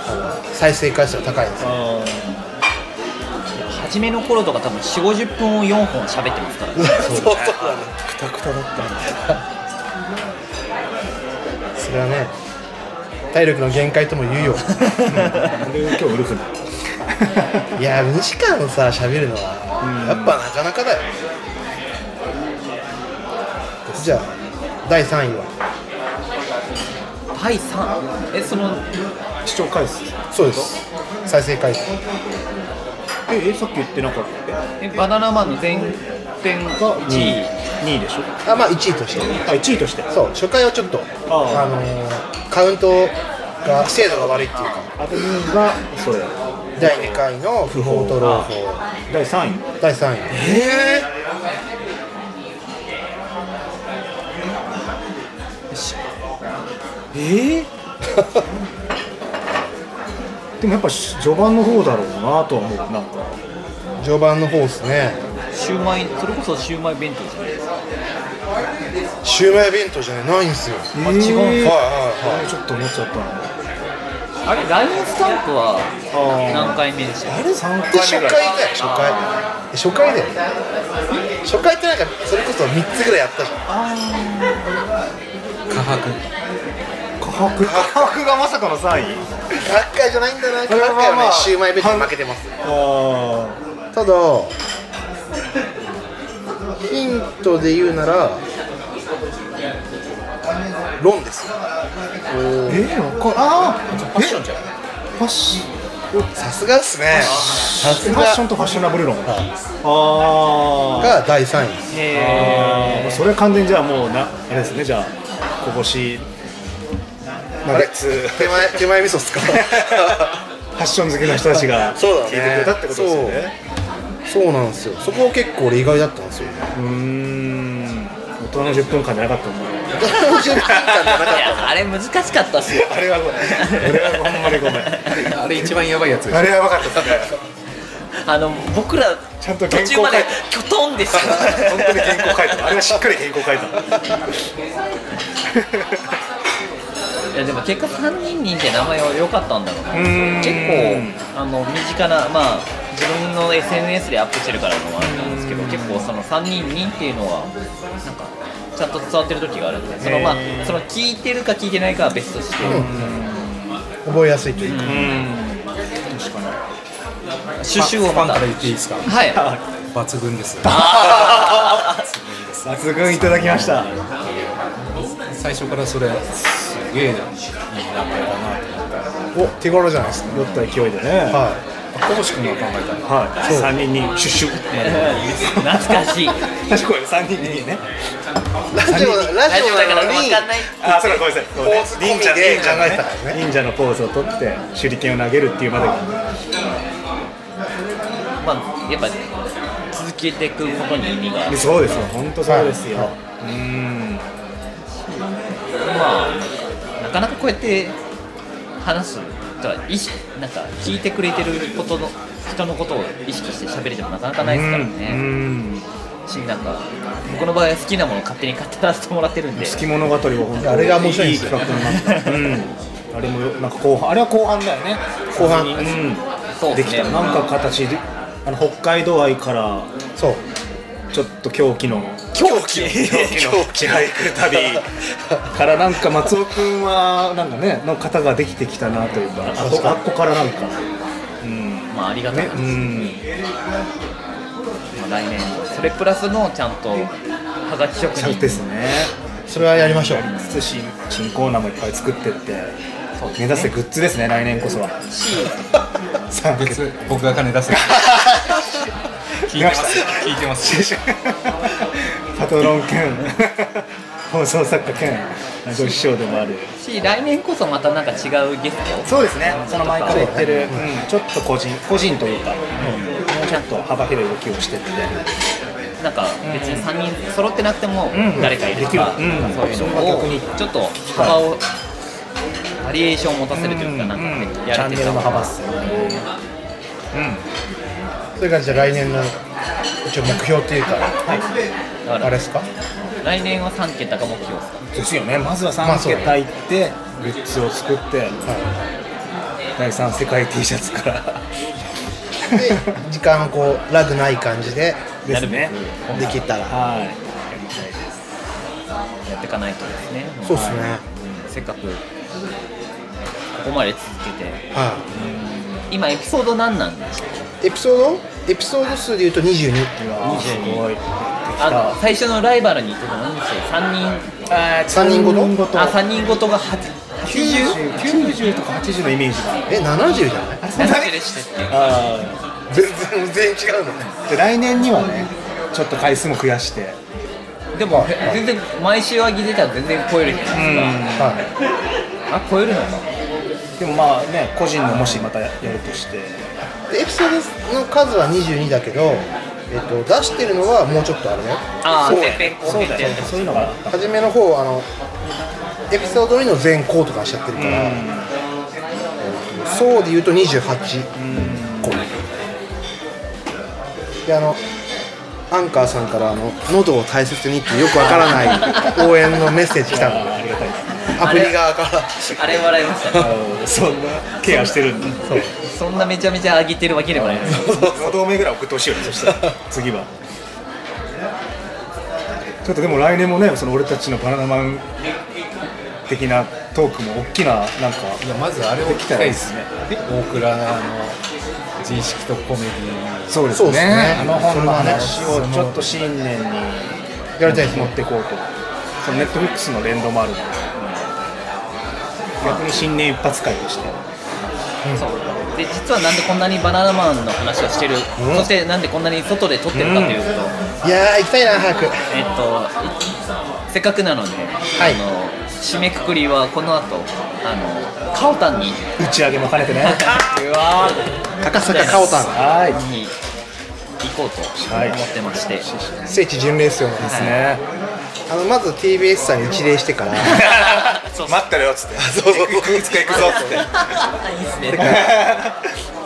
[SPEAKER 2] あの再生回数が高いんですよ
[SPEAKER 1] ー初めの頃とか多分4 5 0分を4本喋ってますからね
[SPEAKER 2] そうそうだね
[SPEAKER 3] クタクタだったんだ
[SPEAKER 2] そそれはね体力の限界とも言うよ
[SPEAKER 3] 俺今日ウルフだ
[SPEAKER 2] いや2時間さ喋るのはやっぱなかなかだよじゃあ第3位は
[SPEAKER 1] 第3えその
[SPEAKER 3] 視聴回数
[SPEAKER 2] そうです再生回数
[SPEAKER 3] ええさっき言ってなかった
[SPEAKER 1] えバナナマンの前編が
[SPEAKER 3] が
[SPEAKER 1] 1位、
[SPEAKER 3] 2位でしょ
[SPEAKER 2] あまあ1位として
[SPEAKER 3] あ1位として
[SPEAKER 2] そう初回はちょっと
[SPEAKER 3] ああ
[SPEAKER 2] あのーカウントが精度が悪いっていうか
[SPEAKER 3] あと2位がそれ
[SPEAKER 2] 第2回の不法と朗報
[SPEAKER 3] 第3位
[SPEAKER 2] 第3位ええ
[SPEAKER 3] え
[SPEAKER 1] [LAUGHS]
[SPEAKER 3] えでもやっぱ序盤の方だろうなとは思うなんか
[SPEAKER 2] 序盤の方ですね
[SPEAKER 1] シューマイそれこそシューマイ弁当じゃないですか
[SPEAKER 2] シューマイ弁当じゃないないんですよはい
[SPEAKER 3] あ違
[SPEAKER 1] うん
[SPEAKER 2] はい
[SPEAKER 3] あ
[SPEAKER 2] は
[SPEAKER 3] れちょっと思っちゃったな
[SPEAKER 1] あれライオンスタンプは何回目でした
[SPEAKER 3] あれ3
[SPEAKER 2] いで初回
[SPEAKER 3] 回目
[SPEAKER 2] だ
[SPEAKER 3] ぐらい
[SPEAKER 2] よ初回初回だよ初回ってなんかそれこそ3つぐらいやったじゃん
[SPEAKER 4] 科博
[SPEAKER 3] 価格価格がまさかの3位
[SPEAKER 2] 学会じゃないんだな学
[SPEAKER 3] れは
[SPEAKER 2] 会は
[SPEAKER 3] ま
[SPEAKER 2] ね
[SPEAKER 3] あ
[SPEAKER 2] シューマイ弁当に負けてます
[SPEAKER 3] あ
[SPEAKER 2] ただヒントで言うならロンです
[SPEAKER 3] あえー、わかんあー
[SPEAKER 1] ファッションじゃん
[SPEAKER 3] ファッシ
[SPEAKER 2] さすがっすねさす
[SPEAKER 3] ファッショ
[SPEAKER 2] が
[SPEAKER 3] ンとファッショナブル論あー
[SPEAKER 2] が第3位です
[SPEAKER 1] へ
[SPEAKER 3] あーそれは完全にじゃあもうなあれですねじゃあこぼしナ
[SPEAKER 2] あ
[SPEAKER 3] ゲ
[SPEAKER 2] れ
[SPEAKER 3] ッツ
[SPEAKER 2] 手前手前味噌っすか
[SPEAKER 3] ファッション好きな人たち [LAUGHS] が
[SPEAKER 2] そうだね
[SPEAKER 3] 聞いてくれたってことですよね
[SPEAKER 2] [LAUGHS] そうなんですよそこ結構俺意外だったんですよ
[SPEAKER 3] うーん大人の10分間じゃなかったもんね
[SPEAKER 2] 10分間じゃなか
[SPEAKER 1] いやあれ難しかったっすよ
[SPEAKER 3] あれはごめん俺はほ [LAUGHS] んまにごめん
[SPEAKER 4] [LAUGHS] あれ一番やばいやつでしょ
[SPEAKER 3] あれは分かったですね
[SPEAKER 1] あの僕ら
[SPEAKER 3] ちゃんと
[SPEAKER 1] 途
[SPEAKER 3] 原
[SPEAKER 1] 中
[SPEAKER 3] 稿
[SPEAKER 1] ま
[SPEAKER 3] 書いた
[SPEAKER 1] できょとんですよ
[SPEAKER 3] 本当に原稿書いたあれはしっかり原稿書いた
[SPEAKER 1] いやでも結果3人にって名前は良かったんだろうな
[SPEAKER 3] うーん
[SPEAKER 1] 結構あの身近なまあ自分の SNS でアップしてるからのもあるんですけど結構その3人にっていうのはなんかちゃんと伝わってる時があるんでそのまあ
[SPEAKER 3] へー
[SPEAKER 1] その聞いてるか聞いてないかは別として、
[SPEAKER 2] った覚えやすいというか
[SPEAKER 1] シュシュを
[SPEAKER 4] フ
[SPEAKER 1] [LAUGHS]
[SPEAKER 4] ァン
[SPEAKER 1] ま
[SPEAKER 4] か
[SPEAKER 1] た
[SPEAKER 4] ら言っていいですか
[SPEAKER 1] はい
[SPEAKER 4] 抜群です
[SPEAKER 3] 抜群いただきました
[SPEAKER 4] 最初からそれすげえいい名前だなと思って
[SPEAKER 2] お手頃じゃないですか
[SPEAKER 3] 酔った勢いでね
[SPEAKER 2] は
[SPEAKER 4] あこぼし君が考えたの
[SPEAKER 3] はい3人にシュッシュ [LAUGHS]
[SPEAKER 1] 懐かしい
[SPEAKER 3] 確かに3人にね
[SPEAKER 2] いラジオラ
[SPEAKER 1] [LAUGHS] 大丈夫だ
[SPEAKER 2] ジオ
[SPEAKER 1] から
[SPEAKER 2] なのに
[SPEAKER 1] 分かんない
[SPEAKER 3] あそうかごめんなさいごめんなさい
[SPEAKER 2] ポーズ込みで
[SPEAKER 3] 忍者の
[SPEAKER 2] 考えてたからね
[SPEAKER 3] 忍者のポーズを取って手裏剣を投げるっていうまでが
[SPEAKER 1] まあやっぱ続けていくことに意味がある
[SPEAKER 3] そうですよ、本当そうですよ。
[SPEAKER 2] はいう
[SPEAKER 3] ーん、
[SPEAKER 1] まあなかなかこうやって話すとは意識なんか聞いてくれてることの人のことを意識して喋れてもなかなかないですから
[SPEAKER 3] う
[SPEAKER 1] ね
[SPEAKER 3] ん、
[SPEAKER 1] しなんか僕の場合は好きなものを勝手に買ってらせてもらってるんで
[SPEAKER 3] 月物語は本当に
[SPEAKER 2] あれが面白いん
[SPEAKER 3] い
[SPEAKER 2] ですよ
[SPEAKER 3] 企画になった。うん、あれもなんか後半、あれは後半だよね。
[SPEAKER 2] 後半
[SPEAKER 3] う、
[SPEAKER 1] そうんで
[SPEAKER 3] ですき
[SPEAKER 1] ね
[SPEAKER 3] た、なんか形で、あの北海道愛から
[SPEAKER 2] そう
[SPEAKER 3] ちょっと狂気の
[SPEAKER 1] 狂気
[SPEAKER 3] 狂気が行く旅からなんか松尾くんはなんかねの方ができてきたなというか、あこあっこからなんか、うん、ね、
[SPEAKER 1] まあありがたい、
[SPEAKER 3] うん。
[SPEAKER 1] まあ来年それプラスのちゃんとはがき職
[SPEAKER 3] ちゃんと
[SPEAKER 1] 人
[SPEAKER 3] ですね。
[SPEAKER 2] それはやりましょう
[SPEAKER 3] つつ新新コーナーもいっぱい作ってって、目指せグッズですね来年こそはさあグッズ
[SPEAKER 4] 別僕が金出せ [LAUGHS] 聞いてます聞いてます [LAUGHS]
[SPEAKER 3] パトロン兼放送作家兼ご師匠でもある
[SPEAKER 1] し来年こそまたなんか違うゲスト
[SPEAKER 3] そうですねその毎回言ってる、うんちょっと個人個人というか、もうちょっと幅広い動きをしてって
[SPEAKER 1] なんか別に3人揃ってなくても誰かいるとか,、
[SPEAKER 3] うん
[SPEAKER 1] なんかそういうの
[SPEAKER 3] う
[SPEAKER 1] を
[SPEAKER 3] ん逆に
[SPEAKER 1] ちょっと幅をバリエーションを持たせるというかなんかね
[SPEAKER 3] うんチ
[SPEAKER 1] やれ
[SPEAKER 3] ャン
[SPEAKER 1] て
[SPEAKER 3] ネ
[SPEAKER 1] た
[SPEAKER 3] ルの
[SPEAKER 1] ら
[SPEAKER 3] 幅っすよね
[SPEAKER 2] それからじゃあ来年の一応目標っていうか
[SPEAKER 1] だか
[SPEAKER 2] あれ
[SPEAKER 1] ら
[SPEAKER 2] ですか
[SPEAKER 1] 来年は3桁が目標ですか
[SPEAKER 3] ですよねまずは
[SPEAKER 2] まあそう
[SPEAKER 3] 3桁いって、グッズを作って、第3世界 T シャツから
[SPEAKER 2] で時間をこうラグない感じで
[SPEAKER 3] ですね
[SPEAKER 2] できたら
[SPEAKER 3] はいやりたいです
[SPEAKER 1] やっていかないとですね
[SPEAKER 2] そうですね
[SPEAKER 1] せっかくここまで続けて
[SPEAKER 2] は
[SPEAKER 1] 今エピソード何なんですか
[SPEAKER 2] いエピソードエピソード数で言うと22
[SPEAKER 1] 22あの最初のライバルに言ってたの何でした3人
[SPEAKER 2] 3人ごと
[SPEAKER 1] あ三人ごとが8 80?
[SPEAKER 3] 90とか80のイメージが
[SPEAKER 2] え70じゃない
[SPEAKER 1] 何でしたっけ
[SPEAKER 3] あ
[SPEAKER 2] 全然全然違うの
[SPEAKER 3] あで来年にはねちょっと回数も増やして
[SPEAKER 1] でも全然毎週上げてたら全然超えるじゃないですか、
[SPEAKER 2] は
[SPEAKER 1] あ超えるのか
[SPEAKER 3] でもまあね個人のもしまたやるとして
[SPEAKER 2] いでエピソードの数は22だけど、えっと、出してるのはもうちょっとあるね
[SPEAKER 1] ああ
[SPEAKER 2] そう
[SPEAKER 1] てっぺん後編ってやってます
[SPEAKER 3] そういうのが
[SPEAKER 2] 初めの方あのエピソード2の全項とかしちゃってるから、そうで言うと28個であのアンカーさんからあの「喉を大切に」ってよくわからない応援のメッセージ来たの
[SPEAKER 3] ありがたいですね
[SPEAKER 2] アプリ側から
[SPEAKER 1] あれ笑いましたね
[SPEAKER 3] そんなケアしてるんだ
[SPEAKER 1] そんなめちゃめちゃ上げてるわけでもないです
[SPEAKER 3] 5同盟ぐらい送ってほしいよねそしたら次はちょっとでも来年もねその俺たちのバナナマン的なトークも大きななんか
[SPEAKER 4] いやまずあれを聞きたいですね大倉のあの自意識とコメディ
[SPEAKER 3] そうです
[SPEAKER 2] ね
[SPEAKER 3] あの本の話
[SPEAKER 2] そ
[SPEAKER 3] を
[SPEAKER 2] の
[SPEAKER 3] ちょっと新年に
[SPEAKER 2] やりたいです
[SPEAKER 3] 持っ
[SPEAKER 2] ね
[SPEAKER 3] ていこうとそのネットフリックスの連動もあるので逆に新年一発会として
[SPEAKER 1] そうで実はなんでこんなにバナナマンの話をしてる、
[SPEAKER 2] ん
[SPEAKER 1] そしてなんでこんなに外で撮ってるかというと、
[SPEAKER 2] いやー行きたいな早く
[SPEAKER 1] えっといせっかくなので、
[SPEAKER 2] い
[SPEAKER 1] あの締めくくりはこの後あのカオタンに
[SPEAKER 3] 打ち上げも兼ねてね
[SPEAKER 1] うわ
[SPEAKER 2] 高坂かおたん
[SPEAKER 3] はい
[SPEAKER 1] に行こうと思ってまして、
[SPEAKER 2] 聖地巡礼っすよね
[SPEAKER 3] ですね
[SPEAKER 2] あのまず TBS さんに一礼して [LAUGHS] から
[SPEAKER 1] そう
[SPEAKER 5] 待ってろよっつって
[SPEAKER 2] そうそう
[SPEAKER 5] いつか行くぞっつって
[SPEAKER 1] いいですね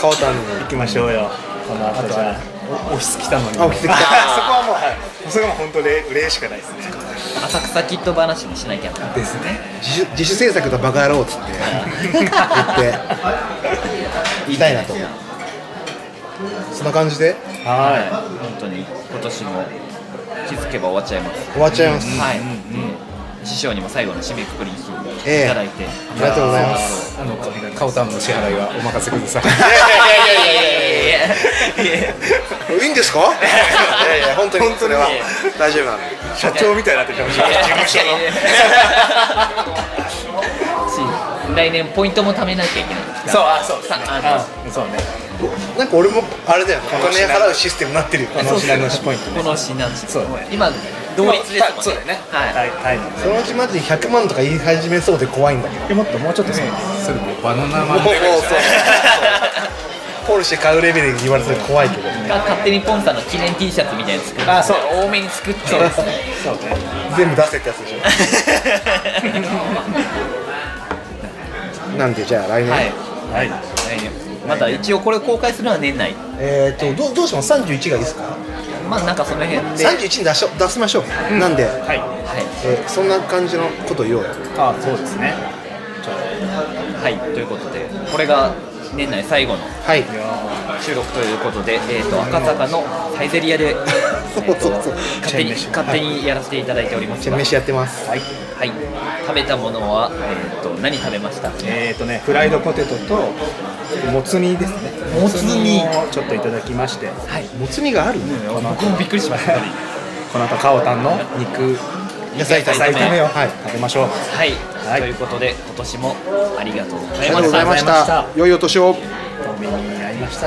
[SPEAKER 2] かおたんに
[SPEAKER 3] 行きましょうよこの後じゃあ
[SPEAKER 4] オフィス来たのに
[SPEAKER 2] あ起きてきた
[SPEAKER 5] そこはもうはいそれはもう本当礼礼しかないですね
[SPEAKER 1] 浅草キッド話にしなきゃな
[SPEAKER 4] ですね
[SPEAKER 2] 自主自主制作だバカ野郎っつって言っていたいなとそんな感じで
[SPEAKER 1] はい本当に今年も気づけば終わっちゃいます
[SPEAKER 2] 終わっちゃいます、
[SPEAKER 1] はい、師匠にも最後の締めくくりにして
[SPEAKER 2] ええ
[SPEAKER 1] いただいて、
[SPEAKER 2] ありがとうございます
[SPEAKER 4] あのカオタンの支払いはお任せください
[SPEAKER 2] いいんですかいやいや本当にそれは大丈夫なんで
[SPEAKER 5] 社長みたいになってきました事務所の
[SPEAKER 1] し来年ポイントも貯めなきゃいけないです
[SPEAKER 5] そうあそう
[SPEAKER 1] さあ
[SPEAKER 3] そうね
[SPEAKER 2] なんか俺もあれだよお金払うシステムになってるよ
[SPEAKER 3] この品のしポイント
[SPEAKER 1] のこの診断士
[SPEAKER 3] そうね
[SPEAKER 1] 今同率です
[SPEAKER 5] そ
[SPEAKER 1] もんね
[SPEAKER 5] うだよね
[SPEAKER 1] はい
[SPEAKER 3] はいはいなんで
[SPEAKER 2] そのうちマジで100万とか言い始めそうで怖いんだけど
[SPEAKER 3] でもっともうちょっとその
[SPEAKER 4] それもうバナナマン
[SPEAKER 2] もうそう [LAUGHS] ポルシェ買うレベルで言われてら怖いけど
[SPEAKER 1] が勝手にポンさんの記念 T シャツみたいなの作って
[SPEAKER 3] あそう
[SPEAKER 1] 多めに作ってですね
[SPEAKER 3] そうね
[SPEAKER 2] 全部出せってやつでしょなんでじゃあ来年、
[SPEAKER 1] はい
[SPEAKER 3] はい
[SPEAKER 1] 来年また一応これ公開するのは年内
[SPEAKER 2] えっ、とどうどうします31がいいですか
[SPEAKER 1] まあなんかその辺で
[SPEAKER 2] 31に出しょ出しましょう、なんで、
[SPEAKER 3] はい
[SPEAKER 1] は
[SPEAKER 2] えーそんな感じのことを言おうよ
[SPEAKER 3] あそうです
[SPEAKER 1] い、
[SPEAKER 3] ね
[SPEAKER 1] はい、ということでこれが年内最後の
[SPEAKER 2] はい
[SPEAKER 1] 収録ということで、えー、と赤坂のサイゼリアで、えー、と
[SPEAKER 2] そうそう
[SPEAKER 1] 勝手に
[SPEAKER 3] チェーン飯
[SPEAKER 1] 勝手にやらせていただいております
[SPEAKER 2] じゃあ
[SPEAKER 1] が、はい
[SPEAKER 2] 飯やってます
[SPEAKER 1] 食べたものは、えー、と何食べました
[SPEAKER 3] えっ、ー、とねフライドポテトともつ煮ですね
[SPEAKER 1] もつ煮
[SPEAKER 3] をちょっといただきまして
[SPEAKER 2] もつ煮がある
[SPEAKER 1] 僕もびっくりしましたは
[SPEAKER 3] この後カオタンの肉
[SPEAKER 2] 野菜炒
[SPEAKER 3] 野菜
[SPEAKER 2] め
[SPEAKER 3] 炒めを
[SPEAKER 2] はい
[SPEAKER 3] 食べましょう
[SPEAKER 1] い、
[SPEAKER 3] はい
[SPEAKER 1] ということで今年もありがとうござ
[SPEAKER 2] あ
[SPEAKER 1] いま
[SPEAKER 2] りがとうご
[SPEAKER 1] し
[SPEAKER 2] ざい
[SPEAKER 1] た
[SPEAKER 2] ました良いお年を
[SPEAKER 3] お目に合いました